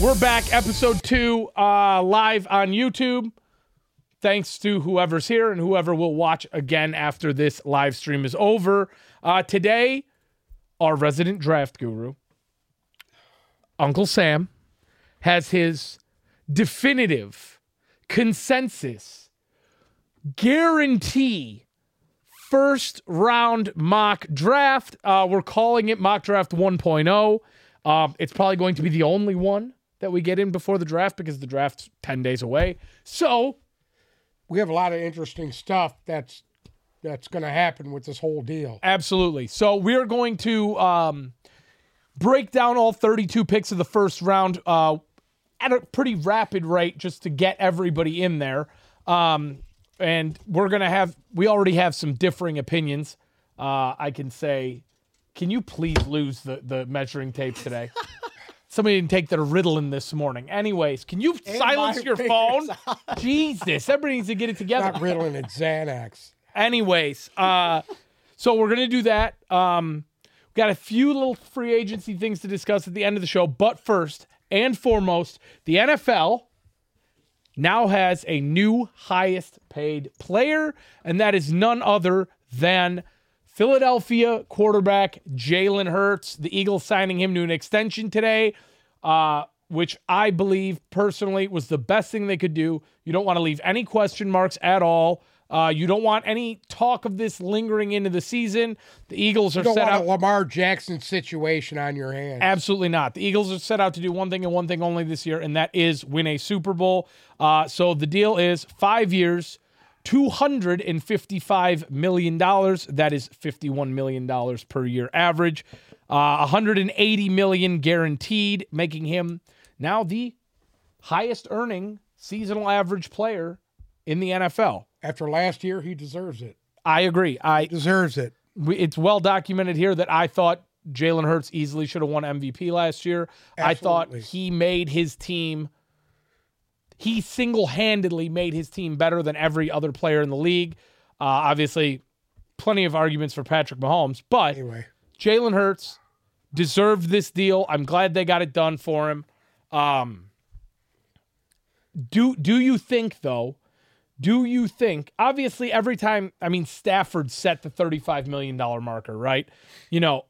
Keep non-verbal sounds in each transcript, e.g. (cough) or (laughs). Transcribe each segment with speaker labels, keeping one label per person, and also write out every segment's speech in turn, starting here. Speaker 1: We're back, episode two, uh, live on YouTube. Thanks to whoever's here and whoever will watch again after this live stream is over. Uh, today, our resident draft guru, Uncle Sam, has his definitive consensus guarantee first round mock draft. Uh, we're calling it mock draft 1.0. Um, it's probably going to be the only one that we get in before the draft because the draft's 10 days away. So,
Speaker 2: we have a lot of interesting stuff that's that's going to happen with this whole deal.
Speaker 1: absolutely. So, we're going to um, break down all 32 picks of the first round uh, at a pretty rapid rate just to get everybody in there. Um, and we're going to have, we already have some differing opinions. Uh, I can say, can you please lose the, the measuring tape
Speaker 2: (laughs)
Speaker 1: today? Somebody didn't take their Ritalin this morning. Anyways, can you silence
Speaker 2: my
Speaker 1: your phone?
Speaker 2: fingers.
Speaker 1: Jesus, everybody needs to get it together.
Speaker 2: Not Ritalin, it's Xanax.
Speaker 1: Anyways, uh, so we're gonna do that. Um, we got a few little free agency things to discuss at the end of the show, but first and foremost, the NFL now has a new highest paid player, and that is none other than Philadelphia quarterback Jalen Hurts. The Eagles signing him to an extension today, uh, which I believe personally was the best thing they could do. You don't want to leave any question marks at all. Uh, you don't want any talk of this lingering into the season. The Eagles are
Speaker 2: You don't
Speaker 1: set
Speaker 2: want
Speaker 1: up.
Speaker 2: a Lamar Jackson situation on your hands.
Speaker 1: Absolutely not. The Eagles are set out to do one thing and one thing only this year, and that is win a Super Bowl. Uh, so the deal is five years, $255 million. That is $51 million per year average. Uh, $180 million guaranteed, making him now the highest earning seasonal average player in the NFL.
Speaker 2: After last year, he deserves it.
Speaker 1: I agree. I
Speaker 2: Deserves it.
Speaker 1: we, it's well documented here that I thought Jalen Hurts easily should have won MVP last year. I
Speaker 2: Absolutely.
Speaker 1: thought he made his team. He single-handedly made his team better than every other player in the league. Uh, obviously, plenty of arguments for Patrick Mahomes, but
Speaker 2: Anyway,
Speaker 1: Jalen Hurts deserved this deal. I'm glad they got it done for him. Um, do do you think though? Do you think? Obviously, every time I mean Stafford set the 35 million dollar marker, right? You know,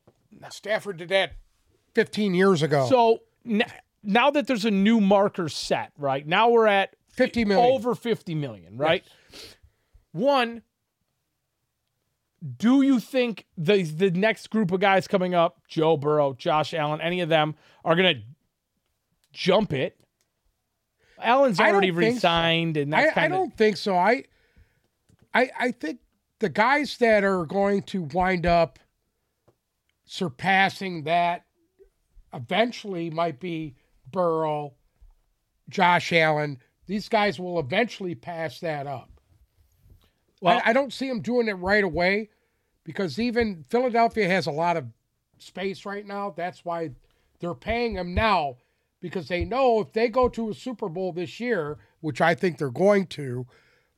Speaker 2: Stafford did that 15 years ago.
Speaker 1: so n- now that there's a new marker set, right? Now we're at
Speaker 2: 50 million.
Speaker 1: over 50 million, right? One, do you think the the next group of guys coming up, Joe Burrow, Josh Allen, any of them are going to jump it? Allen's
Speaker 2: I don't
Speaker 1: already
Speaker 2: think so.
Speaker 1: resigned and that's
Speaker 2: I, I
Speaker 1: kind of
Speaker 2: don't think so. I, I, I think the guys that are going to wind up surpassing that eventually might be Burrow, Josh Allen. These guys will eventually pass that up.
Speaker 1: Well-
Speaker 2: I, I don't see them doing it right away because even Philadelphia has a lot of space right now. That's why they're paying him now because they know if they go to a Super Bowl this year, which I think they're going to,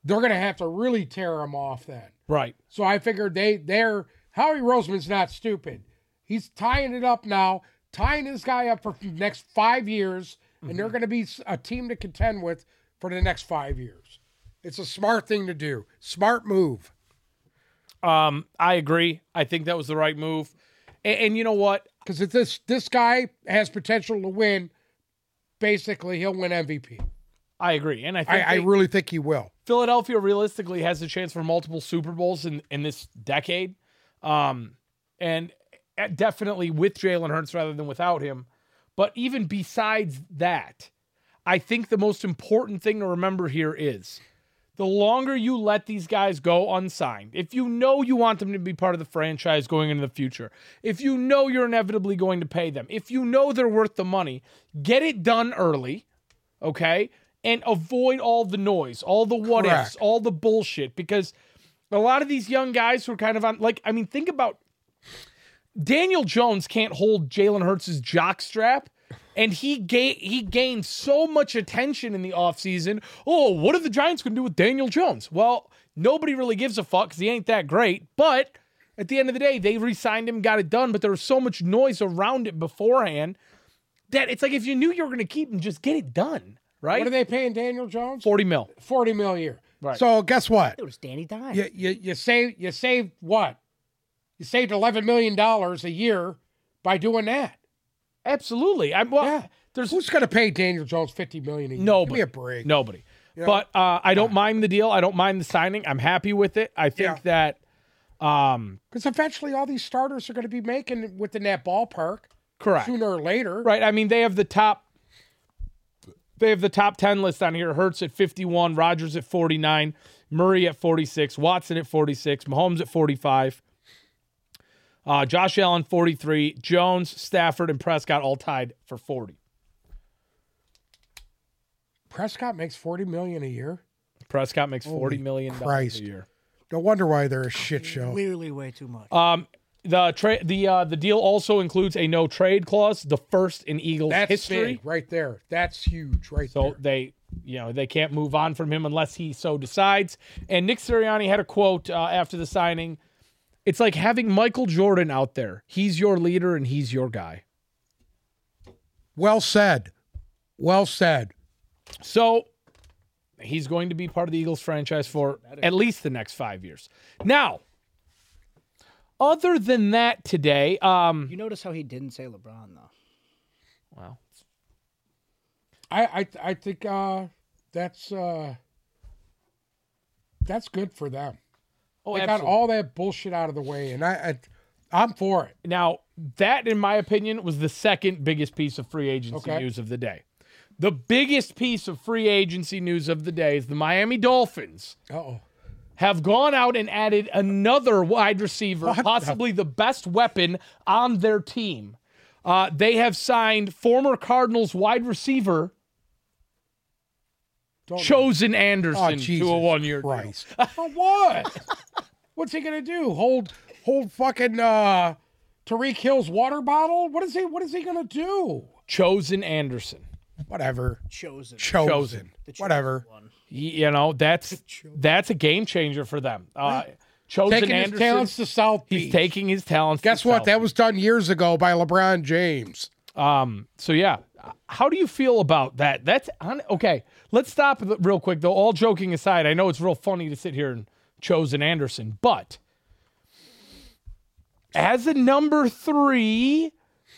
Speaker 2: they're going to have to really tear him off then.
Speaker 1: right.
Speaker 2: So I figured they they're Howie Roseman's not stupid. He's tying it up now, tying this guy up for the next five years, and they're going to be s- a team to contend with for the next five years. It's a smart thing to do, smart move.
Speaker 1: Um, I agree. I think that was the right move. And, and you know what?
Speaker 2: Because if this this guy has potential to win, basically he'll win MVP.
Speaker 1: I agree. And I think
Speaker 2: I, I
Speaker 1: they-
Speaker 2: really think he will.
Speaker 1: Philadelphia realistically has a chance for multiple Super Bowls in, in this decade. Um, and eh, definitely with Jalen Hurts rather than without him. But even besides that, I think the most important thing to remember here is the longer you let these guys go unsigned, if you know you want them to be part of the franchise going into the future, if you know you're inevitably going to pay them, if you know they're worth the money, get it done early, okay? And avoid all the noise, all the what ifs,
Speaker 2: Correct.
Speaker 1: all the bullshit, because a lot of these young guys who are kind of on, like, I mean, think about Daniel Jones can't hold Jalen Hurts' jock strap. And he ga- he gained so much attention in the offseason. Oh, what are the Giants going to do with Daniel Jones? Well, nobody really gives a fuck because he ain't that great. But at the end of the day, they re signed him, got it done. But there was so much noise around it beforehand that it's like if you knew you were going to keep him, just get it done,
Speaker 2: What are
Speaker 1: right?
Speaker 2: they paying Daniel Jones?
Speaker 1: Forty mil.
Speaker 2: 40 mil a year.
Speaker 1: Right.
Speaker 2: So guess what?
Speaker 3: It was Danny Dime.
Speaker 2: You, you, you saved you saved what? You saved 11 million dollars a year by doing that.
Speaker 1: Absolutely. I'm well.
Speaker 2: Yeah.
Speaker 1: There's
Speaker 2: Who's going to pay Daniel Jones 50 million a year?
Speaker 1: No,
Speaker 2: Give
Speaker 1: but-
Speaker 2: me a break.
Speaker 1: nobody. But uh, I don't mind the deal. I don't mind the signing. I'm happy with it. I think that. Um.
Speaker 2: Because eventually all these starters are going to be making within that ballpark
Speaker 1: Correct.
Speaker 2: sooner or later.
Speaker 1: Right. I mean, they have the top. They have the top ten list on here. Hertz at fifty-one, Rogers at forty-nine, Murray at forty-six, Watson at forty-six, Mahomes at forty-five, uh, Josh Allen forty-three, Jones, Stafford, and Prescott all tied for forty.
Speaker 2: Prescott makes 40 million a year.
Speaker 1: Prescott makes forty million dollars
Speaker 2: Christ.
Speaker 1: a year.
Speaker 2: No wonder why they're a shit show.
Speaker 3: Clearly, way too much.
Speaker 1: Um, the trade, the uh, the deal also includes a no trade clause, the first in Eagles
Speaker 2: That's
Speaker 1: history.
Speaker 2: big right there. That's huge right
Speaker 1: So
Speaker 2: there.
Speaker 1: they, you know, they can't move on from him unless he so decides. And Nick Sirianni had a quote uh, after the signing. It's like having Michael Jordan out there. He's your leader and he's your guy.
Speaker 2: Well said. Well said.
Speaker 1: So he's going to be part of the Eagles franchise for at least the next five years. Now, other than that, today, um,
Speaker 3: you notice how he didn't say LeBron though.
Speaker 1: wow,
Speaker 2: I I, I think uh, that's uh, that's good for them.
Speaker 1: oh,
Speaker 2: They got
Speaker 1: absolutely.
Speaker 2: all that bullshit out of the way, and I, I I'm for it.
Speaker 1: Now, that, in my opinion, was the second biggest piece of free agency
Speaker 2: Okay.
Speaker 1: news of the day. The biggest piece of free agency news of the day is the Miami Dolphins
Speaker 2: Oh,
Speaker 1: have gone out and added another wide receiver,
Speaker 2: the-
Speaker 1: possibly the best weapon on their team. Uh, they have signed former Cardinals wide receiver
Speaker 2: don't
Speaker 1: Chosen
Speaker 2: oh,
Speaker 1: Anderson
Speaker 2: Jesus
Speaker 1: to a one-year deal.
Speaker 2: Christ. (laughs) For what? What's he gonna do? Hold hold fucking uh, Tariq Hill's water bottle? What is he? What is he gonna do?
Speaker 1: Chosen Anderson.
Speaker 2: Whatever.
Speaker 3: Chosen.
Speaker 2: Chosen.
Speaker 3: The chosen
Speaker 2: Whatever.
Speaker 3: One.
Speaker 1: Y- You know
Speaker 2: (laughs)
Speaker 1: that's that's a game changer for them. Uh, Chosen
Speaker 2: Taking his
Speaker 1: Anderson.
Speaker 2: talents to South
Speaker 1: he's
Speaker 2: Beach.
Speaker 1: taking his talents.
Speaker 2: Guess
Speaker 1: to
Speaker 2: what?
Speaker 1: sell.
Speaker 2: That was done years ago by LeBron James.
Speaker 1: Um, so yeah, how do you feel about that? That's on, okay. Let's stop th- real quick though. All joking aside, I know it's real funny to sit here and chosen Anderson, but as a number three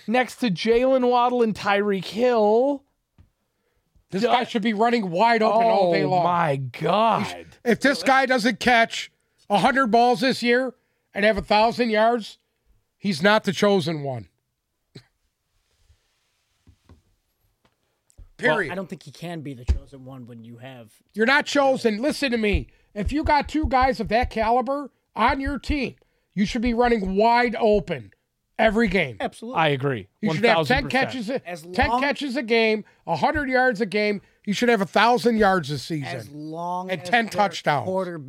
Speaker 1: next to Jalen Waddle and Tyreek Hill,
Speaker 2: This guy should be running wide open all day
Speaker 1: oh
Speaker 2: long.
Speaker 1: my god,
Speaker 2: If this guy doesn't catch 100 balls this year and have 1,000 yards, he's not the chosen one. Period.
Speaker 3: I don't think he can be the chosen one when you have
Speaker 2: You're not chosen. Listen to me. If you got two guys of that caliber on your team, you should be running wide open every game.
Speaker 3: absolutely.
Speaker 1: I agree.
Speaker 2: You should have 10
Speaker 1: 1000%.
Speaker 2: catches, a,
Speaker 3: As
Speaker 2: 10
Speaker 3: long-
Speaker 2: catches a game, 100 yards a game. You should have 1,000 yards this season.
Speaker 3: as long
Speaker 2: And
Speaker 3: as
Speaker 2: 10
Speaker 3: their
Speaker 2: touchdowns.
Speaker 3: (laughs)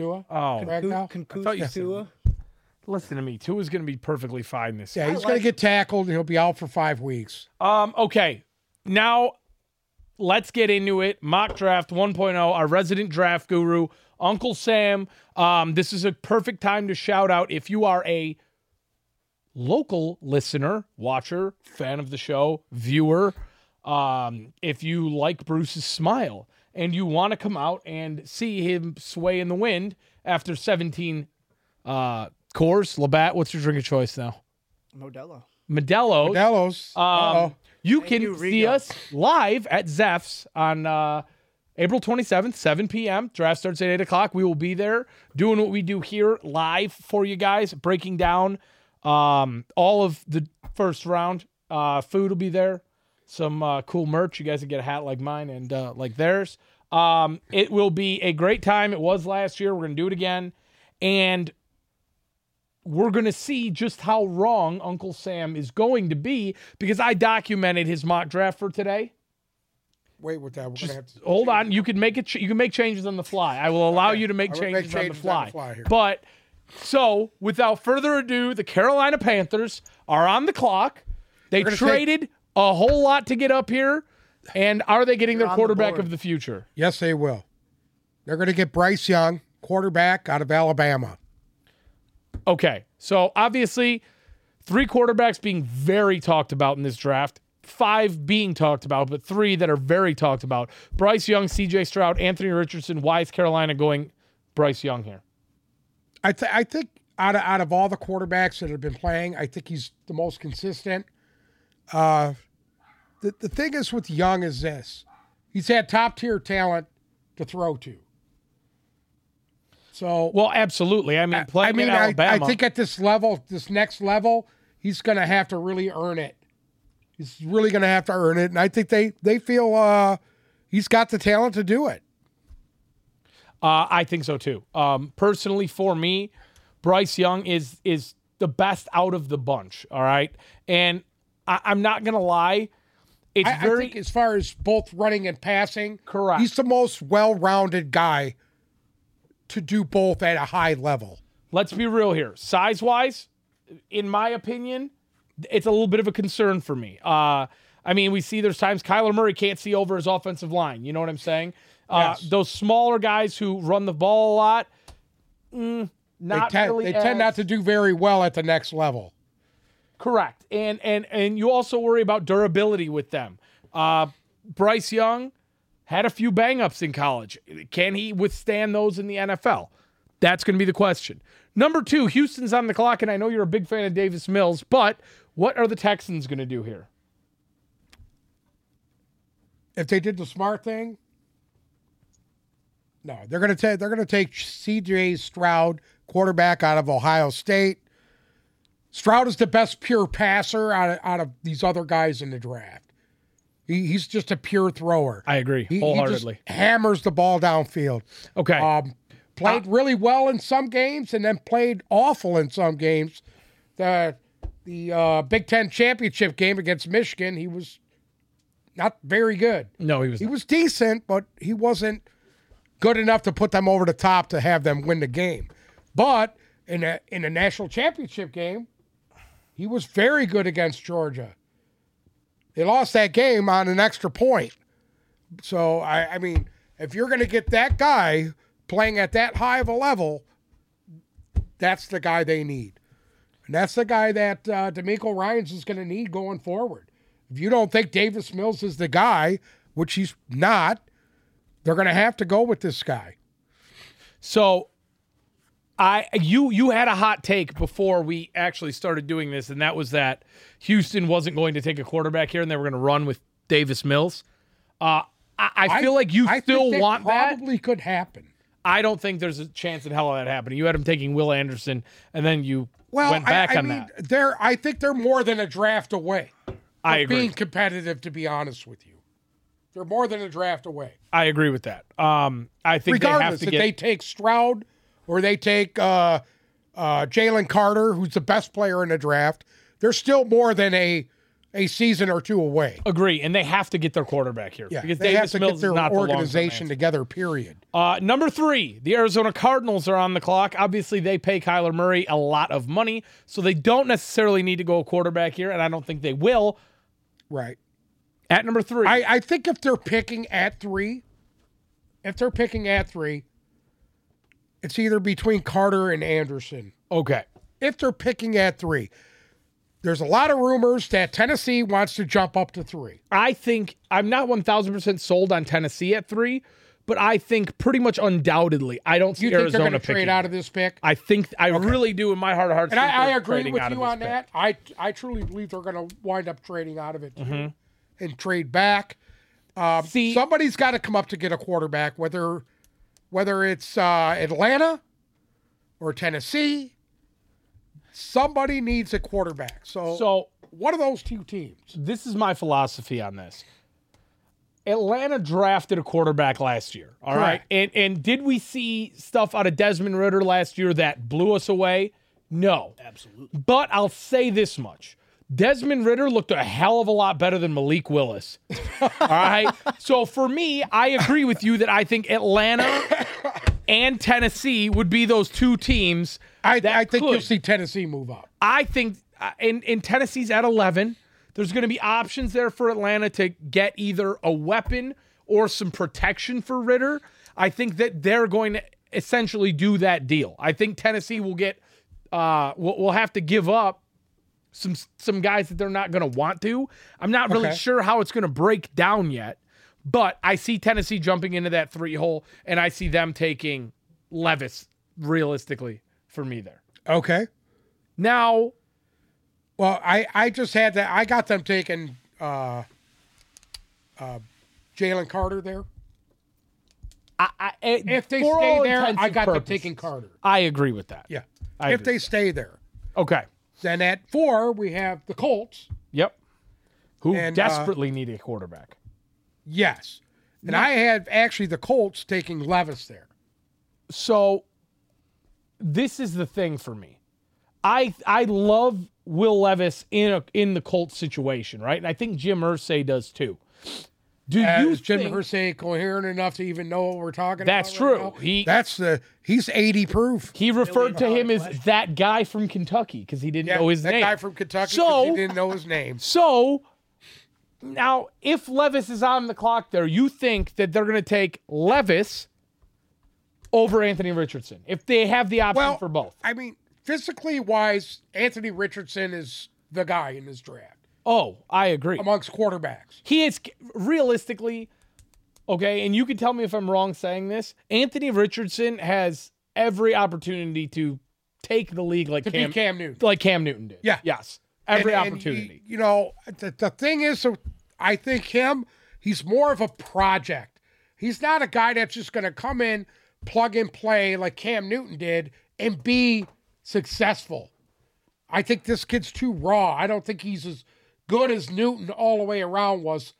Speaker 1: Uh, oh. Um, oh, Um, um, uh, uh, um, Uh, uh, Um,
Speaker 2: They're going to get Bryce Young, quarterback out of Alabama.
Speaker 1: Okay. So obviously, three quarterbacks being very talked about in this draft, five being talked about, but three that are very talked about Bryce Young, CJ Stroud, Anthony Richardson. Why is Carolina going Bryce Young here?
Speaker 2: I th- I think out of out of all the quarterbacks that have been playing, I think he's the most consistent. Uh, the the thing is with Young is this: he's had top tier talent to throw to. So
Speaker 1: Well, absolutely. I mean,
Speaker 2: I
Speaker 1: playing
Speaker 2: mean,
Speaker 1: in
Speaker 2: I, I
Speaker 1: Alabama.
Speaker 2: think at this level, this next level, he's going to have to really earn it. He's really going to have to earn it, and I think they they feel uh, he's got the talent to do it.
Speaker 1: Uh, I think so too. Um, personally, for me, Bryce Young is is the best out of the bunch. All right, and I, I'm not gonna lie, it's
Speaker 2: I, I
Speaker 1: very
Speaker 2: think as far as both running and passing,
Speaker 1: correct.
Speaker 2: He's the most well-rounded guy to do both at a high level.
Speaker 1: Let's be real here, size wise, in my opinion, it's a little bit of a concern for me. Uh, I mean, we see there's times Kyler Murray can't see over his offensive line. You know what I'm saying? Uh,
Speaker 2: Yes.
Speaker 1: Those smaller guys who run the ball a lot, mm,
Speaker 2: They,
Speaker 1: not
Speaker 2: tend,
Speaker 1: really
Speaker 2: they tend
Speaker 1: as-
Speaker 2: not to do very well at the next level.
Speaker 1: Correct. And and and you also worry about durability with them. Uh, Bryce Young had a few bang ups in college. Can he withstand those in the NFL? That's going to be the question. Number two, Houston's on the clock, and I know you're a big fan of Davis Mills, but what are the Texans going to do here?
Speaker 2: If they did the smart thing, no, they're going to take they're going to take C.J. Stroud, quarterback out of Ohio State. Stroud is the best pure passer out of, out of these other guys in the draft. He, he's just a pure thrower.
Speaker 1: I agree
Speaker 2: He, he just
Speaker 1: wholeheartedly.
Speaker 2: hammers the ball downfield.
Speaker 1: okay.
Speaker 2: Um, played really well in some games and then played awful in some games. The the uh, Big Ten championship game against Michigan, he was not very good.
Speaker 1: no, he was.
Speaker 2: He
Speaker 1: Not.
Speaker 2: was decent, but he wasn't good enough to put them over the top to have them win the game. But in a in a national championship game, he was very good against Georgia. They lost that game on an extra point. So I, I mean, if you're going to get that guy playing at that high of a level, that's the guy they need, and that's the guy that uh, D'Amico Ryan's is going to need going forward. If you don't think Davis Mills is the guy, which he's not, they're going to have to go with this guy.
Speaker 1: So I you you had a hot take before we actually started doing this, and that was that Houston wasn't going to take a quarterback here, and they were going to run with Davis Mills. Uh, I, I feel like you
Speaker 2: I
Speaker 1: still
Speaker 2: think that
Speaker 1: want that.
Speaker 2: probably could happen.
Speaker 1: I don't think there's a chance in hell of that happening. You had him taking Will Anderson, and then you
Speaker 2: Well,
Speaker 1: went back
Speaker 2: I, I
Speaker 1: on
Speaker 2: mean,
Speaker 1: that.
Speaker 2: they're I think they're more than a draft away.
Speaker 1: I
Speaker 2: of
Speaker 1: agree.
Speaker 2: Being competitive, to be honest with you, they're more than a draft away.
Speaker 1: I agree with that. Um, I think they have
Speaker 2: regardless
Speaker 1: to
Speaker 2: if
Speaker 1: get.
Speaker 2: they take Stroud or they take uh, uh, Jalen Carter, who's the best player in the draft, they're still more than a a season or two away.
Speaker 1: Agree, and they have to get their quarterback here
Speaker 2: Yeah,
Speaker 1: because
Speaker 2: they have
Speaker 1: Davis
Speaker 2: to
Speaker 1: Mills
Speaker 2: get their
Speaker 1: is not the long-term
Speaker 2: organization together. Period.
Speaker 1: Uh, number three, the Arizona Cardinals are on the clock. Obviously, they pay Kyler Murray a lot of money, so they don't necessarily need to go quarterback here, and I don't think they will.
Speaker 2: Right.
Speaker 1: At number three,
Speaker 2: I, I think if they're picking at three, if they're picking at three, it's either between Carter and Anderson.
Speaker 1: okay,
Speaker 2: If they're picking at three, there's a lot of rumors that Tennessee wants to jump up to three.
Speaker 1: I think I'm not 1,000% sold on Tennessee at three, but I think pretty much undoubtedly, I don't see
Speaker 2: You think they're
Speaker 1: Arizona
Speaker 2: going to trade
Speaker 1: picking.
Speaker 2: out of this pick?
Speaker 1: I think I really do in my heart of hearts.
Speaker 2: And
Speaker 1: think
Speaker 2: I, I
Speaker 1: they're
Speaker 2: agree
Speaker 1: trading
Speaker 2: with
Speaker 1: out of
Speaker 2: you
Speaker 1: this
Speaker 2: on
Speaker 1: pick.
Speaker 2: that. I I truly believe they're going to wind up trading out of it too, and trade back. Um,
Speaker 1: See-
Speaker 2: somebody's got to come up to get a quarterback, whether whether it's uh, Atlanta or Tennessee. Somebody needs a quarterback. So,
Speaker 1: So
Speaker 2: one of those two teams.
Speaker 1: this is my philosophy on this. Atlanta drafted a quarterback last year. all right,
Speaker 2: Correct.
Speaker 1: And and did we see stuff out of Desmond Ritter last year that blew us away? No.
Speaker 3: Absolutely.
Speaker 1: But I'll say this much. Desmond Ritter looked a hell of a lot better than Malik Willis. All right. (laughs) So for me, I agree with you that I think Atlanta and Tennessee would be those two teams
Speaker 2: I, I think you'll
Speaker 1: could.
Speaker 2: see Tennessee move up.
Speaker 1: I think uh, in in Tennessee's at 11, there's going to be options there for Atlanta to get either a weapon or some protection for Ritter. I think that they're going to essentially do that deal. I think Tennessee will get uh will, will have to give up some some guys that they're not going to want to. I'm not really
Speaker 2: Okay.
Speaker 1: sure how it's going to break down yet, but I see Tennessee jumping into that three hole and I see them taking Levis realistically for me there.
Speaker 2: Okay.
Speaker 1: Now,
Speaker 2: Well, I, I just had that. I got them taking uh, uh, Jalen Carter there.
Speaker 1: I, I,
Speaker 2: If they
Speaker 1: for
Speaker 2: stay
Speaker 1: all
Speaker 2: there,
Speaker 1: intents
Speaker 2: I
Speaker 1: and
Speaker 2: got them
Speaker 1: purposes,
Speaker 2: taking Carter.
Speaker 1: I agree with that.
Speaker 2: Yeah.
Speaker 1: I
Speaker 2: if
Speaker 1: agree.
Speaker 2: they stay there.
Speaker 1: Okay.
Speaker 2: Then at four, we have the Colts.
Speaker 1: Yep. Who
Speaker 2: And, uh,
Speaker 1: desperately need a quarterback.
Speaker 2: Yes. And I had actually the Colts taking Levis there.
Speaker 1: So this is the thing for me. I I love Will Levis in a, in the Colts situation, right? And I think Jim Irsay does too. Do
Speaker 2: Uh,
Speaker 1: you
Speaker 2: is Jim
Speaker 1: think
Speaker 2: Irsay coherent enough to even know what we're talking
Speaker 1: that's
Speaker 2: about? right
Speaker 1: true?
Speaker 2: now?
Speaker 1: He
Speaker 2: That's the he's 80 proof.
Speaker 1: he referred to
Speaker 3: Billy
Speaker 1: him as
Speaker 3: Hodge.
Speaker 1: that guy from Kentucky because he didn't
Speaker 2: Yeah,
Speaker 1: know his
Speaker 2: that
Speaker 1: name.
Speaker 2: guy from Kentucky 'cause
Speaker 1: So-
Speaker 2: he didn't know his
Speaker 1: (laughs)
Speaker 2: name.
Speaker 1: So now, if Levis is on the clock there, you think that they're going to take Levis over Anthony Richardson if they have the option
Speaker 2: Well,
Speaker 1: for both?
Speaker 2: I mean, physically wise, Anthony Richardson is the guy in this draft
Speaker 1: Oh, I agree.
Speaker 2: amongst quarterbacks.
Speaker 1: He is realistically, okay, and you can tell me if I'm wrong saying this. Anthony Richardson has every opportunity to take the league like
Speaker 2: To
Speaker 1: Cam,
Speaker 2: be Cam Newton.
Speaker 1: like Cam Newton did.
Speaker 2: Yeah.
Speaker 1: Yes. Every
Speaker 2: And- and
Speaker 1: opportunity.
Speaker 2: y- you know, the, the thing is, so I think him, he's more of a project. He's not a guy that's just going to come in, plug and play like Cam Newton did and be successful. I think this kid's too raw. I don't think he's as good as Newton all the way around was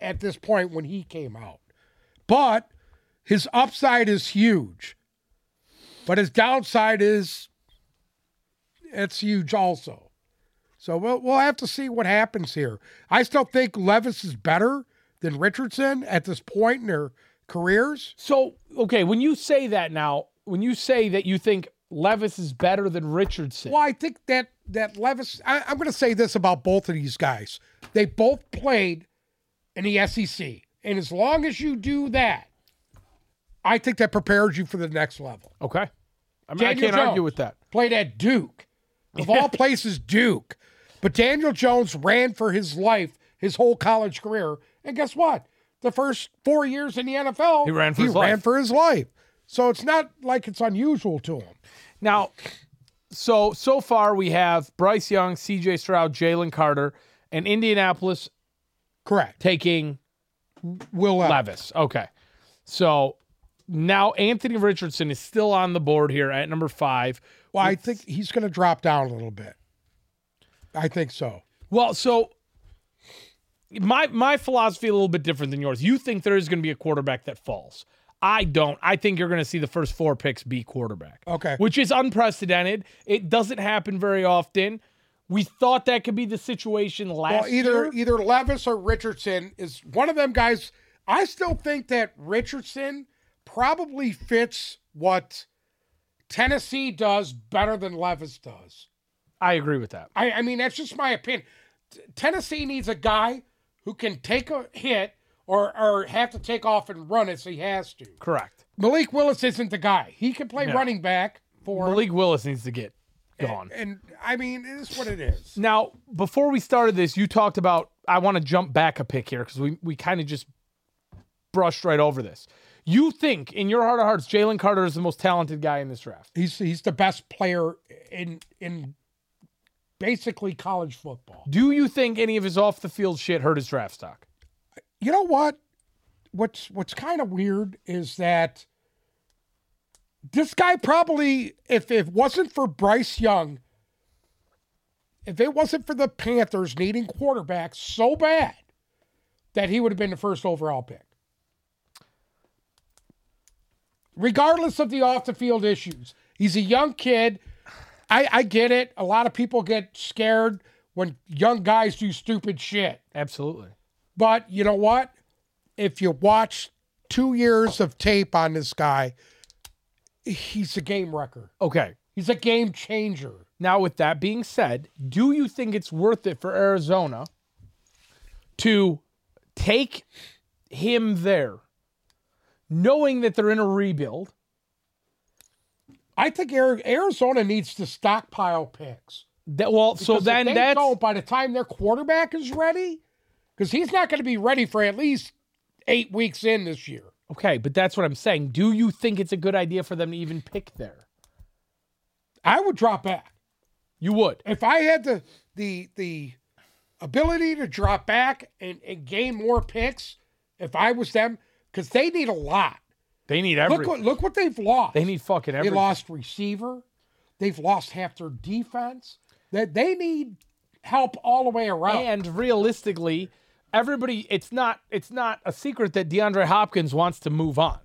Speaker 2: at this point when he came out. But his upside is huge. But his downside is it's huge also. So we'll we'll have to see what happens here. I still think Levis is better than Richardson at this point in their careers.
Speaker 1: So, okay, when you say that now, when you say that you think Levis is better than Richardson,
Speaker 2: Well, I think that that Levis. I, I'm going to say this about both of these guys: they both played in the SEC, and as long as you do that, I think that prepares you for the next level.
Speaker 1: okay, I mean, I
Speaker 2: Daniel
Speaker 1: can't argue
Speaker 2: Jones.
Speaker 1: with that.
Speaker 2: Played at Duke,
Speaker 1: (laughs)
Speaker 2: of all places, Duke. But Daniel Jones ran for his life his whole college career, and guess what? The first four years in the NFL,
Speaker 1: He ran for his
Speaker 2: ran
Speaker 1: life.
Speaker 2: for his life. So it's not like it's unusual to him.
Speaker 1: Now, so so far we have Bryce Young, C.J. Stroud, Jalen Carter, and Indianapolis
Speaker 2: Correct.
Speaker 1: taking
Speaker 2: Will uh, Levis.
Speaker 1: Levis. Okay, so now Anthony Richardson is still on the board here at number five.
Speaker 2: Well, I think he's going to drop down a little bit. I think so.
Speaker 1: Well, so my my philosophy a little bit different than yours. You think there is going to be a quarterback that falls. I don't. I think you're going to see the first four picks be quarterback.
Speaker 2: Okay.
Speaker 1: Which is unprecedented. It doesn't happen very often. We thought that could be the situation last
Speaker 2: Well, either e-
Speaker 1: year.
Speaker 2: either Levis or Richardson is one of them guys. I still think that Richardson probably fits what Tennessee does better than Levis does.
Speaker 1: I agree with that.
Speaker 2: I, I mean, that's just my opinion. T- Tennessee needs a guy who can take a hit or or have to take off and run as he has to.
Speaker 1: Correct.
Speaker 2: Malik Willis isn't the guy. He can play running back for
Speaker 1: Malik Willis needs to get
Speaker 2: Eh.
Speaker 1: gone.
Speaker 2: and I mean, it is what it is.
Speaker 1: Now, before we started this, you talked about I want to jump back a pick here because we, we kind of just brushed right over this. You think in your heart of hearts, Jalen Carter is the most talented guy in this draft.
Speaker 2: He's he's the best player in in basically college football.
Speaker 1: Do you think any of his off the field shit hurt his draft stock?
Speaker 2: You know what? What's what's kind of weird is that this guy probably if it wasn't for Bryce Young, if it wasn't for the Panthers needing quarterbacks so bad that he would have been the first overall pick. Regardless of the off the field issues, he's a young kid. I, I get it. A lot of people get scared when young guys do stupid shit.
Speaker 1: Absolutely.
Speaker 2: But you know what? If you watch two years of tape on this guy, he's a game wrecker.
Speaker 1: Okay.
Speaker 2: He's a game changer.
Speaker 1: Now, with that being said, do you think it's worth it for Arizona to take him there, knowing that they're in a rebuild.
Speaker 2: I think Ari- Arizona needs to stockpile picks.
Speaker 1: That well, so
Speaker 2: Because
Speaker 1: then
Speaker 2: if they
Speaker 1: that's
Speaker 2: don't, by the time their quarterback is ready, because he's not going to be ready for at least eight weeks in this year.
Speaker 1: okay, but that's what I'm saying. Do you think it's a good idea for them to even pick there?
Speaker 2: I would drop back
Speaker 1: You would.
Speaker 2: if I had the the the ability to drop back and, and gain more picks. If I was them, because they need a lot.
Speaker 1: They need
Speaker 2: Look
Speaker 1: everything.
Speaker 2: what look what they've lost.
Speaker 1: They need fucking
Speaker 2: They
Speaker 1: everything.
Speaker 2: lost receiver. They've lost half their defense. That they need help all the way around.
Speaker 1: And realistically, everybody it's not it's not a secret that DeAndre Hopkins wants to move on.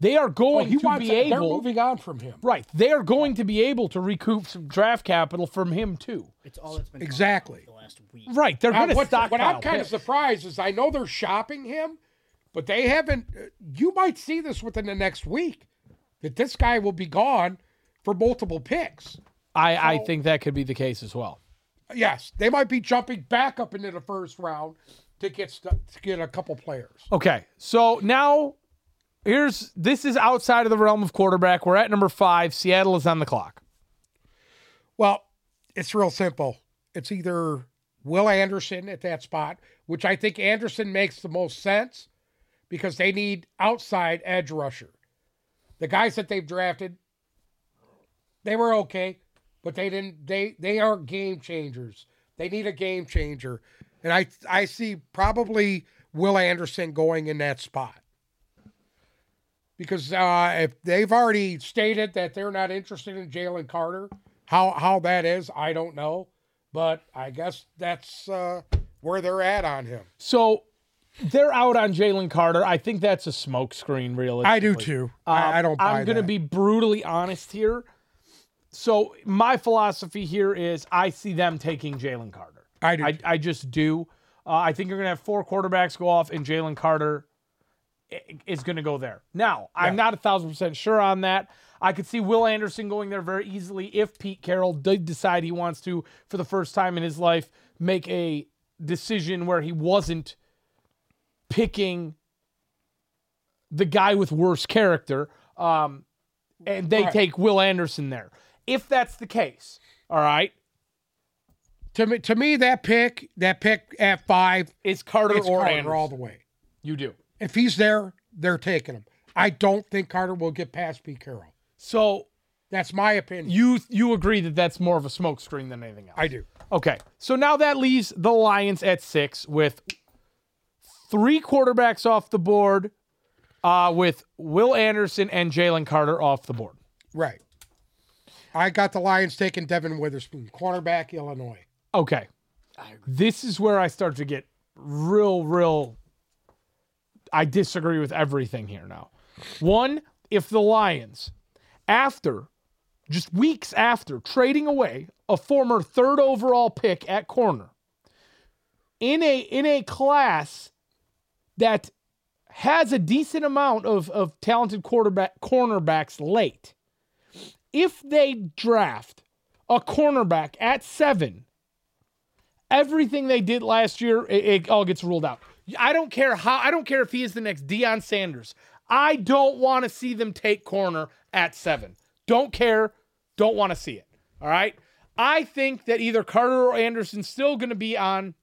Speaker 1: They are
Speaker 2: Well,
Speaker 1: going
Speaker 2: Oh, he
Speaker 1: to
Speaker 2: wants.
Speaker 1: be
Speaker 2: they're
Speaker 1: able
Speaker 2: moving on from him.
Speaker 1: Right. They are going to be able to recoup some draft capital from him too.
Speaker 3: It's all that's been talked
Speaker 2: Exactly.
Speaker 3: about the last week.
Speaker 1: Right. They're
Speaker 2: Now,
Speaker 1: going to
Speaker 2: what,
Speaker 1: stockpile.
Speaker 2: what I'm kind of
Speaker 1: picks.
Speaker 2: surprised is I know they're shopping him, but they haven't. uh, You might see this within the next week that this guy will be gone for multiple picks.
Speaker 1: I, I think that could be the case as well.
Speaker 2: Yes, they might be jumping back up into the first round to get stu- to get a couple players.
Speaker 1: Okay. So now here's this is outside of the realm of quarterback. We're at number five. Seattle is on the clock.
Speaker 2: Well, it's real simple. It's either Will Anderson at that spot, which I think Anderson makes the most sense because they need outside edge rusher. The guys that they've drafted, they were okay, but they didn't they they aren't game changers. They need a game changer. And I I see probably Will Anderson going in that spot. Because uh, if they've already stated that they're not interested in Jalen Carter, how how that is, I don't know. But I guess that's uh, where they're at on him.
Speaker 1: So they're out on Jalen Carter. I think that's a smokescreen, realistically.
Speaker 2: I do too. I, I don't. Buy
Speaker 1: Um, I'm going to
Speaker 2: that.
Speaker 1: be brutally honest here. So my philosophy here is I see them taking Jalen Carter.
Speaker 2: I do.
Speaker 1: I, I just do. Uh, I think you're going to have four quarterbacks go off, and Jalen Carter i- is going to go there. Now, I'm not a thousand percent sure on that. I could see Will Anderson going there very easily if Pete Carroll did decide he wants to, for the first time in his life, make a decision where he wasn't picking the guy with worse character, um, and they
Speaker 2: Right.
Speaker 1: take Will Anderson there. If that's the case, all right,
Speaker 2: to me. To me, that pick, that pick at five,
Speaker 1: it's Carter
Speaker 2: it's
Speaker 1: or
Speaker 2: Carter
Speaker 1: Anderson.
Speaker 2: all the way.
Speaker 1: You do.
Speaker 2: If he's there, they're taking him. I don't think Carter will get past Pete Carroll.
Speaker 1: So
Speaker 2: That's my opinion.
Speaker 1: you you agree that that's more of a smokescreen than anything else.
Speaker 2: I do.
Speaker 1: Okay. So now that leaves the Lions at six with three quarterbacks off the board, uh, with Will Anderson and Jalen Carter off the board.
Speaker 2: Right. I got the Lions taking Devin Witherspoon, cornerback, Illinois.
Speaker 1: Okay. This is where I start to get real, real. I disagree with everything here now. One, if the Lions, after just weeks after trading away a former third overall pick at corner, in a in a class that has a decent amount of, of talented quarterback cornerbacks late, if they draft a cornerback at seven, everything they did last year, it, it all gets ruled out. I don't care how. I don't care if he is the next Deion Sanders. I don't want to see them take corner at seven. Don't care. Don't want to see it. All right. I think that either Carter or Anderson's still going to be on,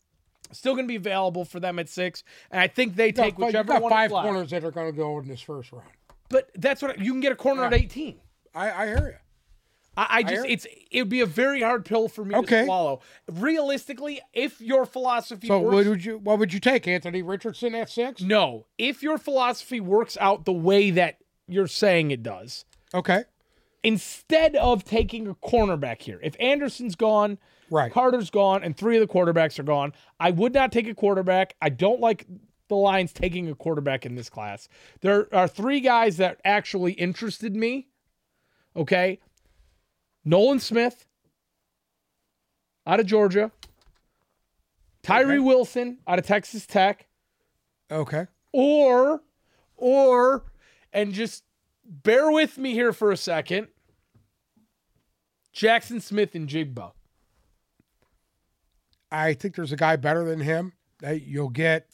Speaker 1: still going to be available for them at six, and I think they
Speaker 2: You
Speaker 1: take
Speaker 2: got- you
Speaker 1: whichever
Speaker 2: got
Speaker 1: one.
Speaker 2: five
Speaker 1: is left.
Speaker 2: corners that are going to go in this first round.
Speaker 1: But that's what you can get a corner at eighteen.
Speaker 2: I, I hear you.
Speaker 1: I, I just
Speaker 2: hear-
Speaker 1: it's it would be a very hard pill for me to
Speaker 2: Okay.
Speaker 1: swallow. Realistically, if your philosophy
Speaker 2: So
Speaker 1: works,
Speaker 2: what would you what would you take, Anthony Richardson at six?
Speaker 1: no, if your philosophy works out the way that you're saying it does,
Speaker 2: Okay.
Speaker 1: instead of taking a cornerback here, if Anderson's gone,
Speaker 2: Right.
Speaker 1: Carter's gone, and three of the quarterbacks are gone, I would not take a quarterback. I don't like the Lions taking a quarterback in this class. There are three guys that actually interested me. Okay. Nolan Smith out of Georgia, Tyree Wilson out of Texas Tech,
Speaker 2: Okay.
Speaker 1: or or and just bear with me here for a second jackson smith and jigba
Speaker 2: I think there's a guy better than him that you'll get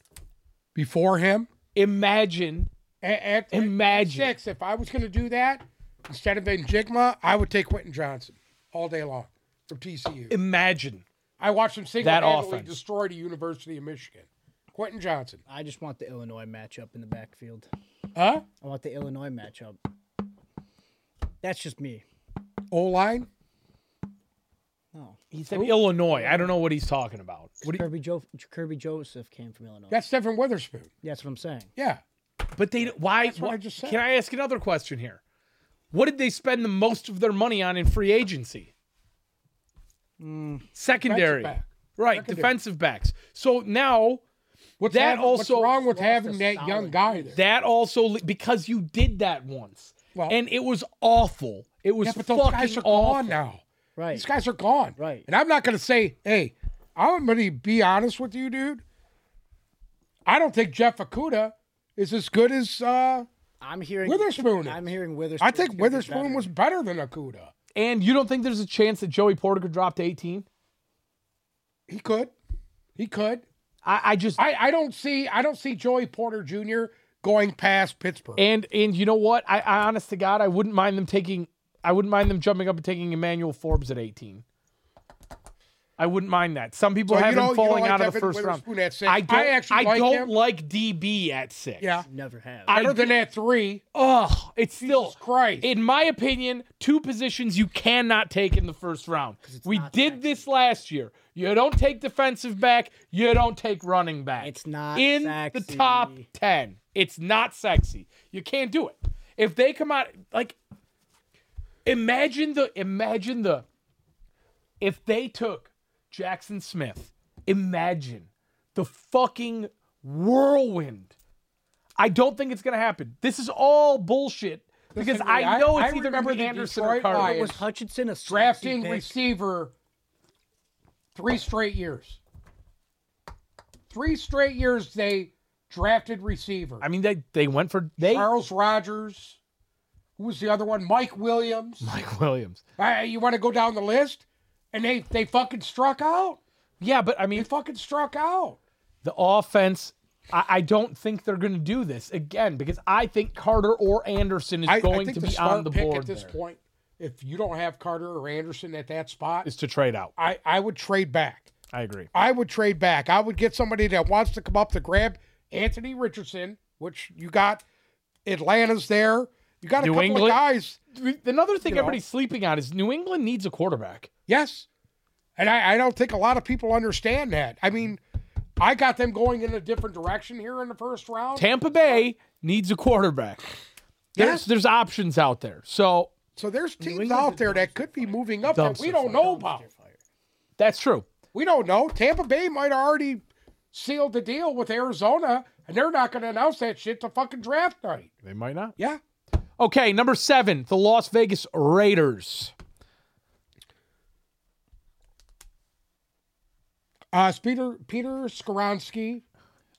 Speaker 2: before him
Speaker 1: imagine
Speaker 2: At, at,
Speaker 1: Imagine.
Speaker 2: at six, if I was going to do that instead of Njigma, I would take Quentin Johnson all day long from TCU.
Speaker 1: Imagine.
Speaker 2: I watched him single-handedly
Speaker 1: offense.
Speaker 2: destroy the University of Michigan. Quentin Johnson,
Speaker 3: I just want the Illinois matchup in the backfield.
Speaker 2: huh?
Speaker 3: I want the Illinois matchup. That's just me.
Speaker 2: O line.
Speaker 3: No,
Speaker 1: He said Illinois. I don't know what he's talking about. What do you-
Speaker 3: Kirby, jo- Kirby Joseph came from Illinois.
Speaker 2: That's Devin Witherspoon.
Speaker 3: That's what I'm saying.
Speaker 2: Yeah,
Speaker 1: but they why?
Speaker 2: what
Speaker 1: why-
Speaker 2: I just said.
Speaker 1: Can I ask another question here? What did they spend the most of their money on in free agency? Secondary,
Speaker 2: Hmm. Defensive back.
Speaker 1: right?
Speaker 2: Secondary.
Speaker 1: Defensive backs. So now
Speaker 2: What's
Speaker 1: That
Speaker 2: that also
Speaker 1: also-
Speaker 2: what's wrong with
Speaker 3: Lost a
Speaker 2: having that young
Speaker 3: solid
Speaker 2: guy there?
Speaker 1: that also li- because you did that once,
Speaker 2: Well-
Speaker 1: and it was awful. It was
Speaker 2: yeah, but those
Speaker 1: fucking
Speaker 2: guys are
Speaker 1: awful.
Speaker 2: gone now.
Speaker 3: Right.
Speaker 2: These guys are gone.
Speaker 3: Right.
Speaker 2: And I'm not going to say, hey, I'm going to be honest with you, dude. I don't think Jeff Okuda is as good as. Uh,
Speaker 3: I'm hearing
Speaker 2: Witherspoon is.
Speaker 3: I'm hearing Witherspoon.
Speaker 2: I think
Speaker 3: could be
Speaker 2: Witherspoon
Speaker 3: better.
Speaker 2: was better than Okuda.
Speaker 1: And you don't think there's a chance that Joey Porter could drop to 18?
Speaker 2: He could. He could.
Speaker 1: I, I just
Speaker 2: I, I don't see I don't see Joey Porter Jr. going past Pittsburgh.
Speaker 1: And and you know what? I, I honest to God, I wouldn't mind them taking. I wouldn't mind them jumping up and taking Emmanuel Forbes at eighteen. I wouldn't mind that. Some people
Speaker 2: So you
Speaker 1: have
Speaker 2: don't-
Speaker 1: him
Speaker 2: you don't
Speaker 1: falling
Speaker 2: like
Speaker 1: out of the
Speaker 2: Devin
Speaker 1: first round.
Speaker 2: Witherspoon at six?
Speaker 1: I don't.
Speaker 2: I actually
Speaker 1: I
Speaker 2: like
Speaker 1: don't
Speaker 2: him.
Speaker 1: like DB at six.
Speaker 2: yeah.
Speaker 3: never have.
Speaker 2: Better than at three.
Speaker 1: Oh, it's still
Speaker 2: Christ.
Speaker 1: in my opinion, two positions you cannot take in the first round. We
Speaker 3: not
Speaker 1: did this last year. You don't take defensive back. You don't take running back.
Speaker 3: It's not
Speaker 1: in the
Speaker 3: sexy.
Speaker 1: top ten. It's not sexy. You can't do it. If they come out like, imagine the imagine the if they took Jackson Smith. Imagine the fucking whirlwind. I don't think it's gonna happen. This is all bullshit because
Speaker 2: Listen,
Speaker 1: I,
Speaker 2: I-
Speaker 1: know
Speaker 2: I
Speaker 1: it's either
Speaker 2: remember
Speaker 1: gonna be
Speaker 2: the
Speaker 1: Anderson
Speaker 2: Detroit
Speaker 1: or Carter.
Speaker 2: Lions
Speaker 3: was Hutchinson a sexy
Speaker 2: Drafting
Speaker 3: pick?
Speaker 2: receiver three straight years. Three straight years they drafted receiver.
Speaker 1: I mean, they they went for they
Speaker 2: Charles Rogers. Who was the other one? Mike Williams.
Speaker 1: (laughs) Mike Williams.
Speaker 2: Uh, you want to go down the list? And they they fucking struck out.
Speaker 1: Yeah, but I
Speaker 2: They
Speaker 1: mean,
Speaker 2: fucking struck out.
Speaker 1: the offense. I, I don't think they're gonna do this again because I think Carter or Anderson is
Speaker 2: I, I
Speaker 1: going
Speaker 2: think
Speaker 1: to
Speaker 2: the
Speaker 1: be
Speaker 2: smart
Speaker 1: on the
Speaker 2: pick
Speaker 1: board
Speaker 2: at this
Speaker 1: there,
Speaker 2: point. If you don't have Carter or Anderson at that spot,
Speaker 1: is to trade out.
Speaker 2: I, I would trade back.
Speaker 1: I agree.
Speaker 2: I would trade back. I would get somebody that wants to come up to grab Anthony Richardson, which you got. Atlanta's there. You got a
Speaker 1: New
Speaker 2: couple
Speaker 1: England?
Speaker 2: of guys.
Speaker 1: Another thing
Speaker 2: You know.
Speaker 1: everybody's sleeping on is New England needs a quarterback.
Speaker 2: Yes. And I, I don't think a lot of people understand that. I mean, I got them going in a different direction here in the first round.
Speaker 1: Tampa Bay needs a quarterback. There's
Speaker 2: Yes.
Speaker 1: there's options out there. So
Speaker 2: So there's teams out there that could be moving up that we
Speaker 1: Dumpster
Speaker 2: don't know about.
Speaker 1: that's true.
Speaker 2: We don't know. Tampa Bay might already sealed the deal with Arizona, and they're not going to announce that shit to fucking draft night.
Speaker 1: They might not.
Speaker 2: Yeah.
Speaker 1: Okay, number seven, the Las Vegas Raiders.
Speaker 2: Uh, it's Peter Peter Skoronsky,